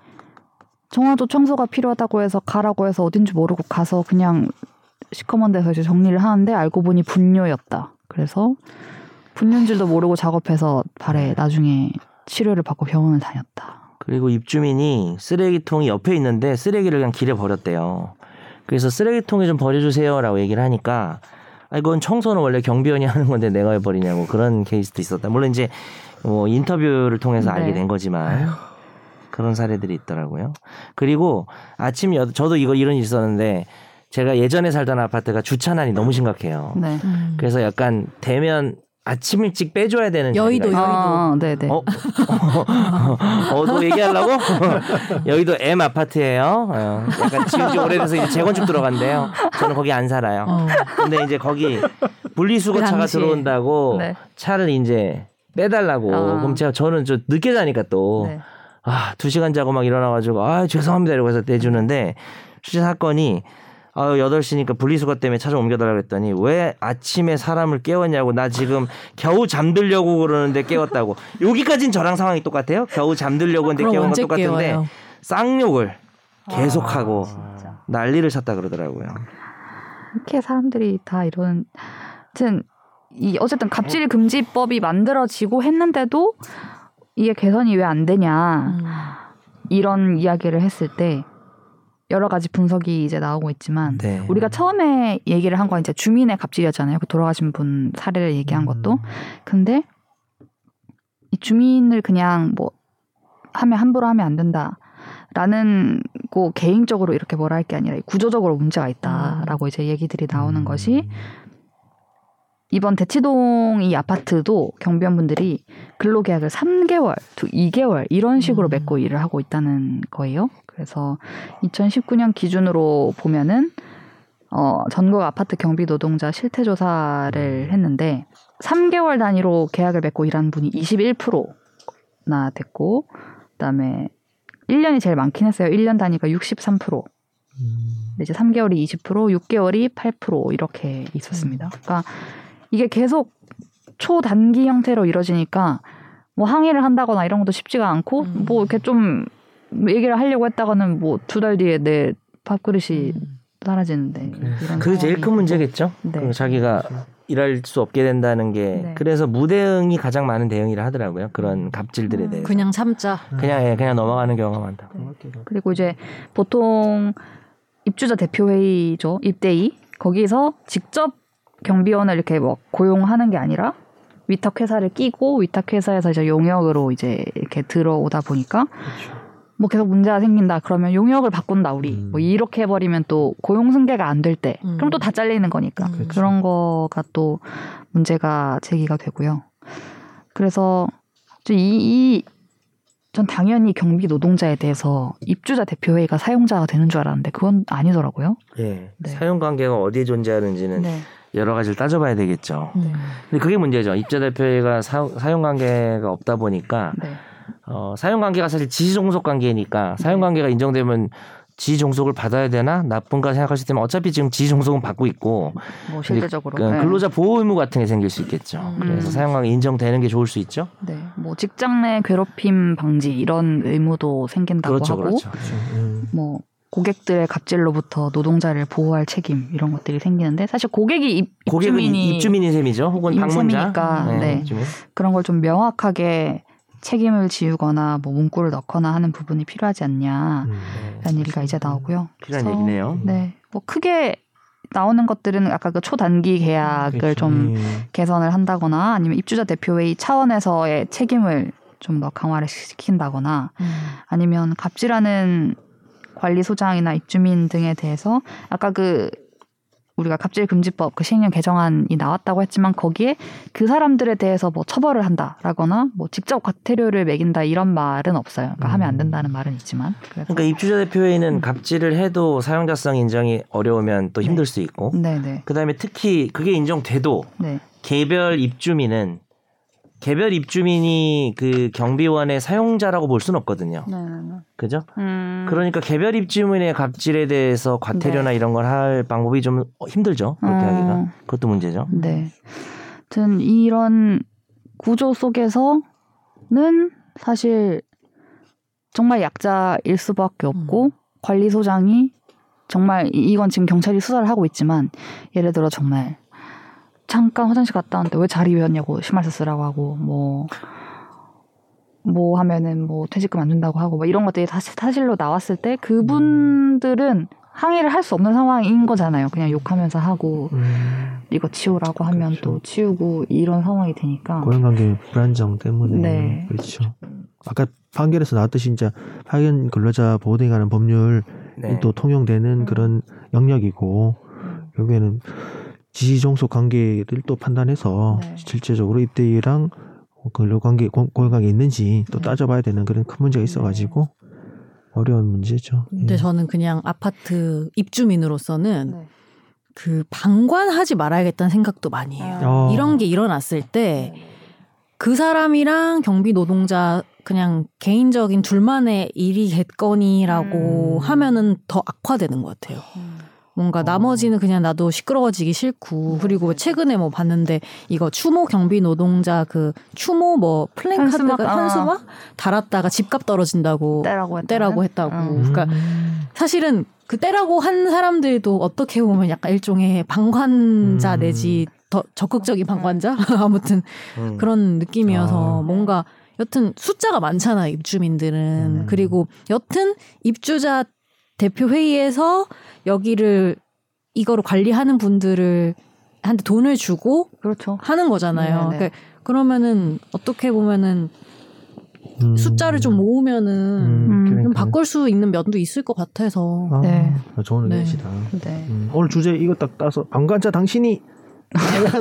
S1: 정화조 청소가 필요하다고 해서 가라고 해서 어딘지 모르고 가서 그냥 시커먼 데서 이제 정리를 하는데 알고 보니 분뇨였다. 그래서 분뇨인 줄도 모르고 작업해서
S2: 네.
S1: 발에 나중에 치료를 받고 병원을 다녔다.
S2: 그리고 입주민이 쓰레기통이 옆에 있는데 쓰레기를 그냥 길에 버렸대요. 그래서 쓰레기통에 좀 버려주세요라고 얘기를 하니까 아 이건 청소는 원래 경비원이 하는 건데 내가 왜 버리냐고 그런 케이스도 있었다. 물론 이제 뭐 인터뷰를 통해서 알게
S1: 네.
S2: 된 거지만 그런 사례들이 있더라고요. 그리고 아침 여 저도 이거 이런 일이 있었는데 제가 예전에 살던 아파트가 주차난이 너무 심각해요.
S1: 네.
S5: 음.
S2: 그래서 약간 대면 아침 일찍 빼줘야 되는
S5: 여의도,
S2: 자리가 있어요.
S1: 아, 네, 네.
S2: 어? 어, 너 얘기하려고? 여의도 M 아파트예요. 어, 약간 지은 지 오래돼서 이제 재건축 들어간대요. 저는 거기 안 살아요.
S5: 어.
S2: 근데 이제 거기 분리수거차가
S5: 그 당시에.
S2: 들어온다고
S1: 네.
S2: 차를 이제 빼달라고.
S1: 아.
S2: 그럼 제가 저는 좀 늦게 자니까 또.
S1: 네.
S2: 아, 두 시간 자고 막 일어나가지고, 아, 죄송합니다. 이러고 해서 내주는데, 취재 사건이, 아유 8시니까 분리수거 때문에 찾아 옮겨달라고 했더니 왜 아침에 사람을 깨웠냐고 나 지금 겨우 잠들려고 그러는데 깨웠다고 여기까진 저랑 상황이 똑같아요 겨우 잠들려고 했는데
S5: 그럼
S2: 깨운 건
S5: 언제
S2: 똑같은데
S5: 깨워요?
S2: 쌍욕을 계속하고
S1: 아, 진짜.
S2: 난리를 쳤다 그러더라고요
S1: 이렇게 사람들이 다 이런 하여튼 이 어쨌든 갑질 금지법이 만들어지고 했는데도 이게 개선이 왜 안 되냐
S5: 음.
S1: 이런 이야기를 했을 때 여러 가지 분석이 이제 나오고 있지만
S2: 네.
S1: 우리가 처음에 얘기를 한 건 이제 주민의 갑질이었잖아요. 그 돌아가신 분 사례를
S3: 음.
S1: 얘기한 것도. 근데 이 주민을 그냥 뭐 하면 함부로 하면 안 된다. 라는 고 개인적으로 이렇게 뭐라 할 게 아니라 구조적으로 문제가 있다라고 이제 얘기들이
S3: 음.
S1: 나오는 것이 이번 대치동 이 아파트도 경비원분들이 근로계약을 3개월, 2개월 이런 식으로
S5: 음.
S1: 맺고 일을 하고 있다는 거예요. 그래서 2019년 기준으로 보면은 어, 전국 아파트 경비 노동자 실태 조사를 했는데 3개월 단위로 계약을 맺고 일한 분이 21%나 됐고 그다음에 1년이 제일 많긴 했어요. 1년 단위가 63%.
S3: 음.
S1: 근데 이제 3개월이 20%, 6개월이 8% 이렇게 있었습니다. 그러니까 이게 계속 초단기 형태로 이뤄지니까 뭐 항의를 한다거나 이런 것도 쉽지가 않고
S5: 음.
S1: 뭐 이렇게 좀 얘기를 하려고 했다가는 뭐 두 달 뒤에 내 밥그릇이
S5: 음.
S1: 사라지는데 이런
S2: 네. 그게 제일
S1: 상황이
S2: 큰 문제겠죠
S1: 네.
S2: 그럼 자기가 일할 수 없게 된다는 게
S1: 네.
S2: 그래서 무대응이 가장 많은 대응이라 하더라고요 그런 갑질들에
S1: 음.
S2: 대해서
S5: 그냥 참자.
S2: 그냥 예, 그냥 넘어가는 경우가 많다
S1: 그리고 이제 보통 입주자 대표회의죠. 입대이. 거기서 직접 경비원을 이렇게 뭐 고용하는 게 아니라 위탁회사를 끼고 위탁회사에서 이제 용역으로 이제 이렇게 들어오다 보니까
S3: 그렇죠.
S1: 뭐 계속 문제가 생긴다. 그러면 용역을 바꾼다, 우리.
S3: 음.
S1: 뭐 이렇게 해버리면 또 고용 승계가 안 될 때.
S5: 음.
S1: 그럼 또 다 잘리는 거니까.
S5: 음.
S1: 아, 그런 거가 또 문제가 제기가 되고요. 그래서 저 이, 이, 전 당연히 경비 노동자에 대해서 입주자 대표회의가 사용자가 되는 줄 알았는데 그건 아니더라고요.
S2: 예
S1: 네.
S2: 사용 관계가 어디에 존재하는지는 여러 가지를 따져봐야 되겠죠
S5: 음.
S2: 근데 그게 문제죠. 입자 대표회가 사, 사용 관계가 없다 보니까
S1: 네.
S2: 어, 사용 관계가 사실 지지종속 관계니까 사용
S1: 네.
S2: 관계가 인정되면 지지종속을 받아야 되나 나쁜가 생각할 수 있지만 어차피 지금 지지종속은 받고 있고
S1: 뭐 실제적으로.
S2: 그러니까
S1: 네.
S2: 근로자 보호 의무 같은 게 생길 수 있겠죠.
S5: 음.
S2: 그래서 사용 관계 인정되는 게 좋을 수 있죠.
S1: 네. 뭐 직장 내 괴롭힘 방지 이런 의무도 생긴다고
S2: 그렇죠,
S1: 하고
S2: 그렇죠.
S3: 음.
S1: 뭐 고객들의 갑질로부터 노동자를 보호할 책임 이런 것들이 생기는데 사실 고객이 입,
S2: 고객은
S1: 입주민이
S2: 입주민인 셈이죠. 혹은 방문자.
S1: 입주민이니까, 네.
S3: 그렇죠. 음.
S2: 입주민.
S1: 그런 걸 좀 명확하게 책임을 지우거나 뭐 문구를 넣거나 하는 부분이 필요하지
S3: 음,
S1: 않냐라는
S2: 네.
S1: 아, 얘기가 이제
S3: 그렇죠.
S1: 나오고요.
S2: 필요한
S1: 그래서
S2: 얘기네요.
S1: 네. 뭐 크게 나오는 것들은 아까 그 초단기 계약을
S3: 그렇죠.
S1: 좀
S3: 음.
S1: 개선을 한다거나 아니면 입주자 대표회의 차원에서의 책임을 좀 더 강화를 시킨다거나
S5: 음.
S1: 아니면 갑질하는 관리소장이나 입주민 등에 대해서 아까 그 우리가 갑질금지법 그 시행령 개정안이 나왔다고 했지만 거기에 그 사람들에 대해서 뭐 처벌을 한다라거나 뭐 직접 과태료를 매긴다 이런 말은 없어요. 그러니까 하면 안 된다는 말은 있지만 그래서
S2: 음. 그러니까 입주자 대표회의는 갑질을 해도 사용자성 인정이 어려우면 또 힘들 수 있고
S1: 네네
S2: 그다음에 특히 그게 인정돼도
S1: 네.
S2: 개별 입주민은 개별 입주민이 그 경비원의 사용자라고 볼 수는 없거든요. 그죠?
S5: 음.
S2: 그러니까 개별 입주민의 갑질에 대해서 과태료나
S5: 네.
S2: 이런 걸 할 방법이 좀 어, 힘들죠. 그렇게
S1: 어.
S5: 음.
S2: 하기가. 그것도 문제죠.
S1: 네. 하여튼 이런 구조 속에서는 사실 정말 약자일 수밖에
S2: 음.
S1: 없고 관리소장이 정말 이- 이건 지금 경찰이 수사를 하고 있지만 예를 들어 정말 잠깐 화장실 갔다 왔는데 왜 자리 외웠냐고 심할서 쓰라고 하고 뭐 뭐 하면은 뭐 퇴직금 안 준다고 하고 막 이런 것들이 다 사실로 나왔을 때
S2: 음.
S1: 그분들은 항의를 할 수 없는 상황인 거잖아요. 그냥 욕하면서 하고
S3: 음.
S1: 이거 치우라고 하면
S3: 그렇죠.
S1: 또 치우고 이런 상황이 되니까
S3: 고용관계 불안정 때문에
S1: 어. 네.
S3: 그렇죠. 아까 판결에서 나왔듯이 이제 파견 근로자 보호등에 관한 법률이
S2: 네.
S3: 또 통용되는
S1: 음.
S3: 그런 영역이고 결국에는 지지종속 관계를 또 판단해서
S1: 네.
S3: 실제적으로 입대랑 근로관계 고- 고용관계 있는지 또
S1: 네.
S3: 따져봐야 되는 그런 큰 문제가 있어가지고 어려운 문제죠.
S5: 근데
S3: 예.
S5: 저는 그냥 아파트 입주민으로서는
S1: 네.
S5: 그 방관하지 말아야겠다는 생각도 많이 해요.
S3: 어.
S5: 이런 게 일어났을 때
S1: 네.
S5: 그 사람이랑 경비 노동자 그냥 개인적인 둘만의 일이겠거니라고
S2: 음.
S1: 음.
S5: 하면은 더 악화되는 것 같아요. 뭔가 나머지는 그냥 나도 시끄러워지기 싫고 그리고 최근에 뭐 봤는데 이거 추모 경비 노동자 그 추모 뭐 플랜카드가
S4: 현수막, 아.
S5: 현수막 달았다가 집값 떨어진다고
S1: 때라고 했다.
S5: 때라고 했다고
S1: 네. 음.
S5: 그러니까 사실은 그 때라고 한 사람들도 어떻게 보면 약간 일종의 방관자
S3: 음.
S5: 내지 더 적극적인 방관자 아무튼
S2: 음.
S5: 그런 느낌이어서
S3: 아.
S5: 뭔가 여튼 숫자가 많잖아 입주민들은
S3: 음.
S5: 그리고 여튼 입주자 대표 회의에서 여기를 이거를 관리하는 분들을 한테 돈을 주고
S1: 그렇죠.
S5: 하는 거잖아요.
S1: 네네.
S5: 그러니까 그러면은 어떻게 보면은
S3: 음.
S5: 숫자를 좀 모으면은
S1: 음,
S5: 좀
S3: 그러니까요.
S5: 바꿀 수 있는 면도 있을 것 같아서
S3: 아,
S1: 네.
S3: 좋은
S5: 네.
S3: 의견이시다.
S1: 네.
S3: 음, 오늘 주제 이거 딱 따서 방관자 당신이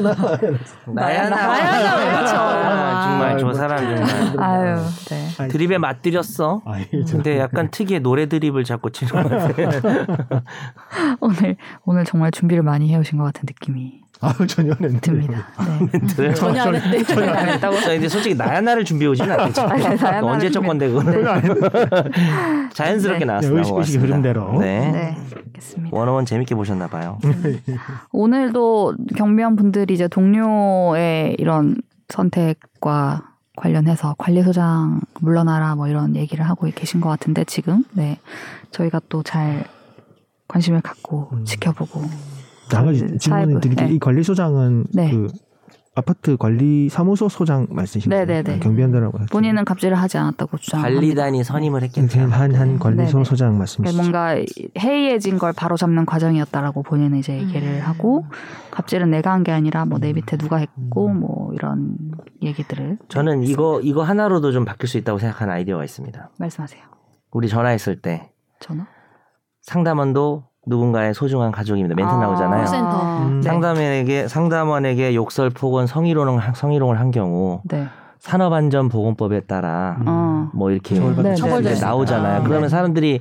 S2: 나야 나.
S5: 나야 나, 그렇죠.
S2: 아, 정말 저
S3: 아이고. 뭐
S2: 사람 정말
S1: 아유, 네.
S2: 드립에 맞들였어.
S3: 아, 예.
S2: 근데 약간 특이해 노래 드립을 자꾸 치는 것 같아.
S1: 오늘 오늘 정말 준비를 많이 해오신 것 같은 느낌이
S3: 아 전혀 안 했는데.
S1: 듭니다. 네.
S5: 전혀 안 했대.
S1: 전혀 네, 안 했다고.
S2: 자, 근데 솔직히 나야나를 준비해 오지는 않겠지.
S1: 아, 네, 나야나를
S2: 또 언제 적
S1: 준비-
S2: 건데 그거는 자연스럽게
S1: 네.
S2: 나왔어.
S3: 의식, 의식의 흐름대로. 네.
S2: 네.
S1: 네. 알겠습니다.
S2: 원어원 재밌게 보셨나 봐요.
S3: 어.
S1: 오늘도 경비원 분들이 이제 동료의 이런 선택과 관련해서 관리소장 물러나라 뭐 이런 얘기를 하고 계신 것 같은데 지금 네 저희가 또 잘 관심을 갖고
S3: 음.
S1: 지켜보고
S3: 한 가지
S1: 그
S3: 질문을
S1: 사이버,
S3: 드릴게요.
S1: 네.
S3: 이 관리소장은
S1: 네.
S3: 그 아파트 관리 사무소 소장
S1: 네,
S3: 말씀이신가요?
S1: 네, 네.
S3: 경비원들하고
S1: 본인은 갑질을 하지 않았다고 주장합니다.
S2: 관리단이 선임을
S3: 네,
S2: 했겠죠.
S3: 한한 관리소
S1: 네, 네.
S3: 소장 말씀이시죠?
S1: 뭔가 해이해진 걸 바로 잡는 과정이었다라고 본인은 이제
S5: 음.
S1: 얘기를 하고 갑질은 내가 한 게 아니라 뭐 내
S2: 음.
S1: 밑에 누가 했고 뭐 이런 얘기들을
S2: 저는 이거 이거 하나로도 좀 바뀔 수 있다고 생각하는 아이디어가 있습니다.
S1: 말씀하세요.
S2: 우리 전화했을 때
S1: 저는
S2: 상담원도 누군가의 소중한 가족입니다. 멘트 나오잖아요.
S5: 아. 콜센터.
S3: 음.
S1: 네.
S2: 상담원에게 상담원에게 욕설, 폭언, 성희롱을 한- 성희롱을 한 경우
S1: 네.
S2: 산업안전보건법에 따라
S3: 음.
S1: 어.
S2: 뭐 이렇게
S3: 처벌받을
S1: 네,
S2: 이제
S1: 네, 네.
S2: 나오잖아요.
S5: 아,
S2: 그러면
S1: 네.
S2: 사람들이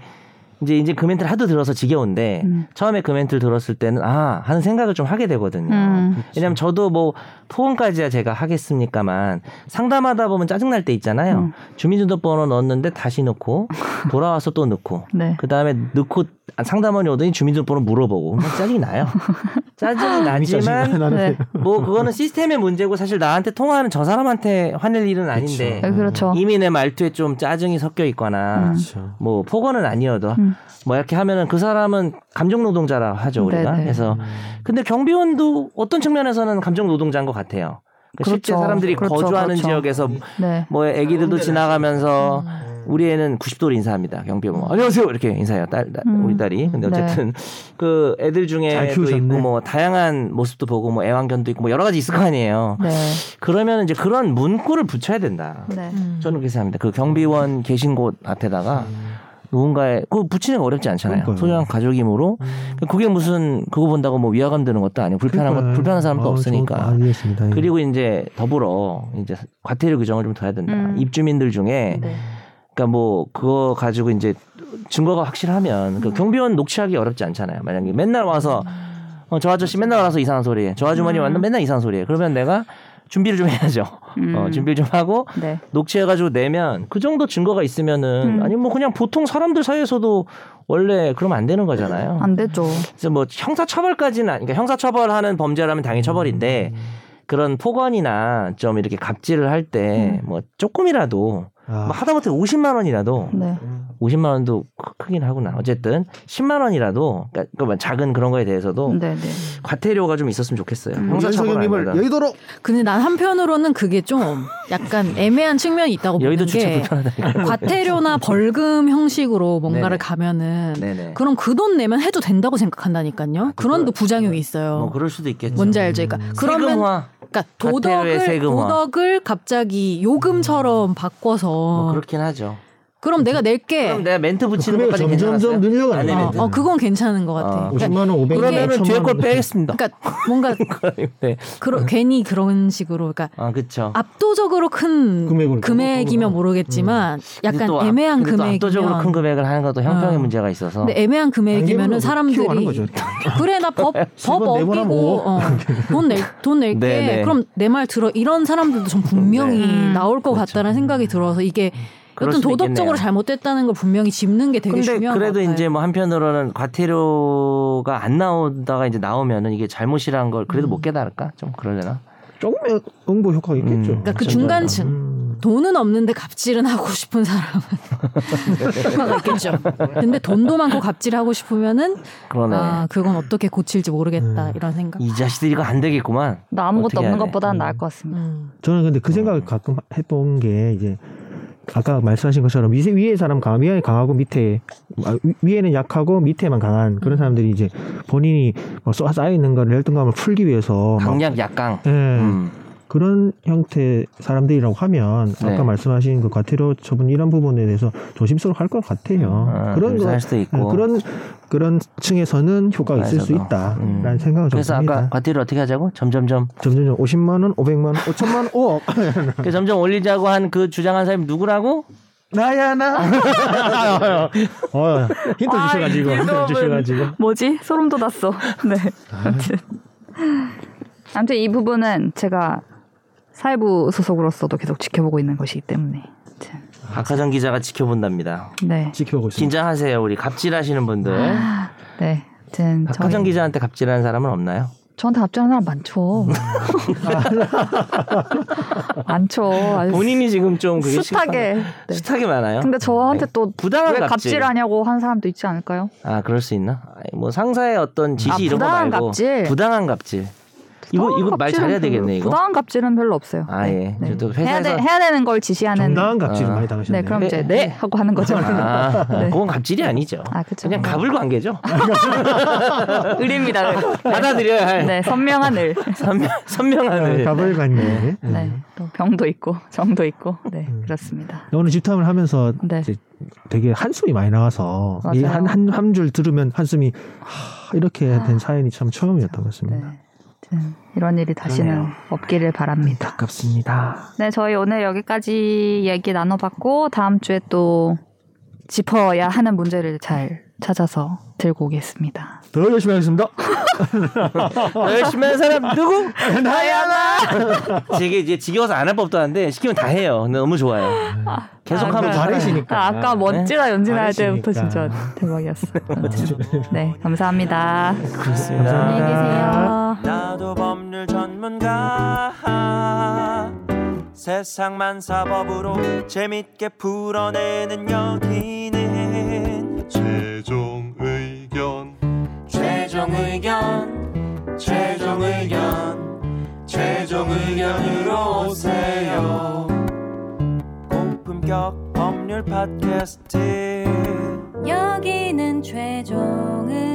S2: 이제 이제 그 멘트를 하도 들어서 지겨운데
S1: 음.
S2: 처음에 그 멘트를 들었을 때는 아 하는 생각을 좀 하게 되거든요.
S1: 음.
S2: 왜냐면 저도 뭐 포옹까지야 제가 하겠습니까만 상담하다 보면 짜증날 때 있잖아요.
S1: 음.
S2: 주민등록번호 넣었는데 다시 넣고 돌아와서 또 넣고
S1: 네.
S2: 그 다음에 넣고 상담원이 오더니 주민등록번호 물어보고 막 짜증이 나요. 짜증이 나지만
S3: 나는
S1: 네.
S2: 뭐 그거는 시스템의 문제고 사실 나한테 통화하는 저 사람한테 화낼 일은 아닌데
S1: 네, 그렇죠.
S2: 음. 이미 내 말투에 좀 짜증이 섞여 있거나
S1: 음.
S3: 그렇죠.
S2: 뭐 폭언은 아니어도
S1: 음.
S2: 뭐 이렇게 하면은 그 사람은 감정 노동자라 하죠 우리가
S1: 네네.
S2: 그래서 근데 경비원도 어떤 측면에서는 감정 노동자인 것 같아요. 그 실제
S1: 그렇죠.
S2: 사람들이
S1: 그렇죠,
S2: 거주하는
S1: 그렇죠.
S2: 지역에서
S1: 네.
S2: 뭐 애기들도 지나가면서 우리 애는 90도로 인사합니다. 경비원 뭐 안녕하세요 이렇게 인사해요. 딸, 딸-
S1: 음.
S2: 우리 딸이 근데
S1: 네.
S2: 어쨌든 그 애들
S3: 잘
S2: 중에도
S3: 키우셨네.
S2: 있고 뭐 다양한 모습도 보고 뭐 애완견도 있고 뭐 여러 가지 있을 거 아니에요.
S1: 네.
S2: 그러면 이제 그런 문구를 붙여야 된다.
S1: 네.
S5: 음.
S2: 저는 그렇게 생각합니다. 그 경비원 계신 곳 앞에다가 누군가의 그 붙이는 거 어렵지 않잖아요.
S3: 그러니까요.
S2: 소중한 가족이므로
S3: 네.
S2: 그게 무슨 그거 본다고 뭐 위화감 드는 것도 아니고 불편한 것 불편한 사람도 없으니까.
S3: 아, 이해했습니다. 예.
S2: 그리고 이제 더불어 이제 과태료 규정을 좀 둬야 된다.
S1: 음.
S2: 입주민들 중에
S1: 네.
S2: 그러니까 뭐 그거 가지고 이제 증거가 확실하면 그 경비원 녹취하기 어렵지 않잖아요. 만약에 맨날 와서 어, 저 아저씨 맨날 와서 이상한 소리해. 저 아주머니 완전 맨날 이상한 소리해. 그러면 내가 준비를 좀 해야죠.
S1: 음.
S2: 어, 준비를 좀 하고
S1: 네.
S2: 녹취해가지고 내면 그 정도 증거가 있으면은
S1: 음.
S2: 아니 뭐 그냥 보통 사람들 사이에서도 원래 그러면 안 되는 거잖아요.
S1: 안 되죠.
S2: 그래서 뭐 형사 처벌까지는 아니 그러니까 형사 처벌하는 범죄라면 당연히 처벌인데
S3: 음.
S2: 그런 폭언이나 좀 이렇게 갑질을 할 때
S5: 음.
S2: 뭐 조금이라도
S3: 아,
S2: 뭐 하다못해 50만 원이라도
S1: 네.
S2: 50만 원도 크- 크긴 하구나. 어쨌든 10만 원이라도 그러니까 그뭐 작은 그런 거에 대해서도
S1: 네. 네.
S2: 과태료가 좀 있었으면 좋겠어요.
S1: 음.
S2: 형사 처벌 아니라.
S3: 연석영님을 예,
S2: 그러니까
S3: 여의도로
S5: 근데 난 한편으로는 그게 좀 약간 애매한 측면이 있다고
S2: 여의도
S5: 보는
S2: 주차
S5: 게
S2: 불편하다니까.
S5: 뭐 과태료나 벌금 형식으로 뭔가를
S2: 네네.
S5: 가면은
S2: 네네. 아,
S5: 그럼 그 돈 내면 해도 된다고 생각한다니까요. 그런 또 부작용이 있어요.
S2: 뭐 그럴 수도 있겠죠.
S5: 뭔지 알죠? 그러니까 그러면
S2: 세금화.
S5: 그러니까
S2: 과태료의
S5: 도덕을
S2: 세금화.
S5: 도덕을 갑자기 요금처럼 바꿔서
S2: 뭐 그렇긴 하죠.
S5: 그럼 내가
S2: 그럼
S5: 낼게.
S2: 내가 멘트 붙이는
S3: 그래요.
S2: 것까지
S3: 점점 점
S2: 괜찮았어요?
S3: 늘려가는
S2: 안에
S3: 거예요. 아, 네.
S2: 멘트.
S5: 어, 어, 그건 괜찮은 것 같아.
S2: 어.
S5: 그러니까,
S3: 50만 원, 500만 원,
S5: 그러면은
S3: 1
S2: 그러면은
S3: 0
S2: 뒤에 걸 빼겠습니다.
S5: 그러니까 뭔가
S2: 네.
S5: 그러, 괜히 그런 식으로 그러니까
S2: 아 그렇죠.
S5: 압도적으로 큰
S3: 금액으로.
S2: 그러니까
S5: 이면
S2: 뭐,
S5: 모르겠지만
S2: 음.
S5: 약간 애매한 금액이면
S2: 아, 압도적으로 큰 금액을 하는 것도 형평의
S5: 어.
S2: 문제가 있어서. 뭐
S5: 근데 애매한 금액이면은
S3: 뭐 키워가는
S5: 사람들이
S3: 거죠.
S5: 그래 나 법 법
S3: 세번, 네번 하면
S5: 어기고
S3: 뭐.
S5: 어, 돈 낼 돈 낼게
S2: 네, 네.
S5: 그럼 내 말 들어 이런 사람들도 전 분명히
S1: 네.
S5: 나올 것 같다는 생각이 들어서 이게
S2: 그렇죠. 음, 그럴
S5: 여튼
S2: 수도
S5: 도덕적으로
S2: 있겠네요.
S5: 잘못됐다는 걸 분명히 짚는 게 되게
S2: 근데
S5: 중요한
S2: 그래도
S5: 것 같아요.
S2: 이제 뭐 한편으로는 정도가 안 나오다가 이제 나오면은 이게 잘못이라는 걸
S5: 음.
S2: 그래도 못 깨달을까? 좀 그러려나?
S3: 조금의 응보 효과가 있겠죠.
S2: 음.
S5: 그러니까 그
S2: 맞아요.
S5: 중간층
S3: 음.
S5: 돈은 없는데 갑질은 하고 싶은 사람은 효과가 있겠죠. 근데 돈도 많고 갑질하고 싶으면은
S2: 그러네.
S5: 아 그러니까. 그건 어떻게 고칠지 모르겠다
S3: 음.
S5: 이런 생각.
S2: 이 자식들이 이거 안 되겠구만.
S1: 나 아무것도
S2: 어떻게
S1: 없는
S2: 해야 돼?
S1: 것보다는
S3: 음.
S1: 나을 것 같습니다.
S5: 음.
S3: 저는 근데 그 생각을
S2: 음.
S3: 가끔 해본 게 이제 아까 말씀하신 것처럼 위, 위에 사람 강, 위에 강하고 밑에 아, 위- 위에는 약하고 밑에만 강한
S2: 음.
S3: 그런 사람들이 이제 본인이 뭐 쏘- 쌓여 있는 걸 열등감을 풀기 위해서 막,
S2: 강약 약강.
S3: 예,
S2: 음.
S3: 그런 형태 사람들이라고 하면 아까
S2: 네.
S3: 말씀하신 그 과태료 처분 이런 부분에 대해서 조심스러워 할 것 같아요.
S2: 아,
S3: 어, 그런 거 예, 음,
S2: 할 수도 있고.
S3: 그런 그런 층에서는 효과가 있을 수
S2: 효과에서도.
S3: 있다라는
S2: 음.
S3: 생각을 좀
S2: 그래서
S3: 듭니다.
S2: 아까 과태료 어떻게 하자고? 점점점.
S3: 점점점 50만 원, 500만 원, 5천만 원, 5억
S2: 그 점점 올리자고 한 그 주장한 사람이 누구라고?
S3: 나야 나. 어, 힌트
S4: 아,
S3: 주셔가지고
S4: 이
S3: 힌트
S4: 기법은.
S3: 주셔가지고.
S4: 뭐지? 소름 돋았어. 네. 아무튼.
S1: 아무튼 이 부분은 제가 사회부 소속으로서도 계속 지켜보고 있는 것이기 때문에. 아무튼,
S2: 박하정 기자가 지켜본답니다.
S1: 네.
S3: 지켜보고 있습니다.
S2: 긴장하세요, 우리 갑질하시는 분들.
S1: 네. 아무튼 저희,
S2: 박하정 기자한테 갑질하는 사람은 없나요?
S1: 저한테 갑질하는 사람 많죠. 많죠. 아주
S2: 본인이 지금 좀 그게
S1: 숱하게. 네.
S2: 숱하게 많아요.
S1: 근데 저한테 또
S2: 부당한
S1: 왜
S2: 갑질.
S1: 갑질하냐고 한 사람도 있지 않을까요?
S2: 아 그럴 수 있나? 아니, 뭐 상사의 어떤 지시
S1: 아,
S2: 이런 거
S1: 부당한
S2: 말고
S1: 갑질.
S2: 부당한 갑질. 이거 이거
S1: 부당한
S2: 말
S1: 갑질은
S2: 잘해야 되겠네
S1: 별로-
S2: 이거.
S1: 부당한 갑질은 별로 없어요.
S2: 아 예.
S1: 네.
S2: 저도
S1: 해야,
S2: 회사에서
S1: 돼, 해야 되는 걸 지시하는.
S3: 정당한 갑질을
S2: 아.
S1: 네,
S3: 많이 당하셨네요.
S1: 그럼 이제
S2: 네.
S1: 네 하고 하는 거죠.
S2: 아,
S1: 네.
S2: 그건 갑질이 아니죠.
S1: 아, 그쵸. 네.
S2: 그냥 갑을 관계죠.
S1: 을입니다. 을.
S2: 받아들여야 할
S1: 네, 선명한 을.
S2: 선명, 선명한 을.
S3: 가벌 관계.
S1: 네, 또 병도 있고 정도 있고, 네
S3: 음.
S1: 그렇습니다.
S3: 오늘 집탐을 하면서
S1: 네.
S3: 이제 되게 한숨이 많이 나와서
S1: 맞아요.
S3: 한한 줄 들으면 한숨이 하, 이렇게 된 사연이 참 처음이었던 것
S1: 네.
S3: 같습니다.
S1: 아무튼 이런 일이 다시는
S2: 그러네요.
S1: 없기를 바랍니다.
S2: 갑습니다.
S1: 네, 저희 오늘 여기까지 얘기 나눠봤고 다음 주에 또 짚어야 하는 문제를 잘 찾아서 들고 오겠습니다.
S3: 더 열심히 하겠습니다.
S2: 열심히 하는 사람 누구? 나야나. 제게 이제 지겨워서 안 할 법도 한데 시키면 다 해요. 근데 너무 좋아요. 계속 하면
S1: 아,
S2: 잘해.
S3: 잘하시니까.
S1: 아, 아까 멋지다 연진할
S3: 잘하시니까.
S1: 때부터 진짜 대박이었어. 네, 감사합니다.
S3: 감사합니다.
S5: 안녕히 계세요.
S6: 나도 법률 전문가 세상만 사법으로 재밌게 풀어내는 여기는
S7: 최종 의견
S6: 최종 의견 최종 의견 최종 의견으로 오세요 고품격 법률 팟캐스트
S8: 여기는 최종 의견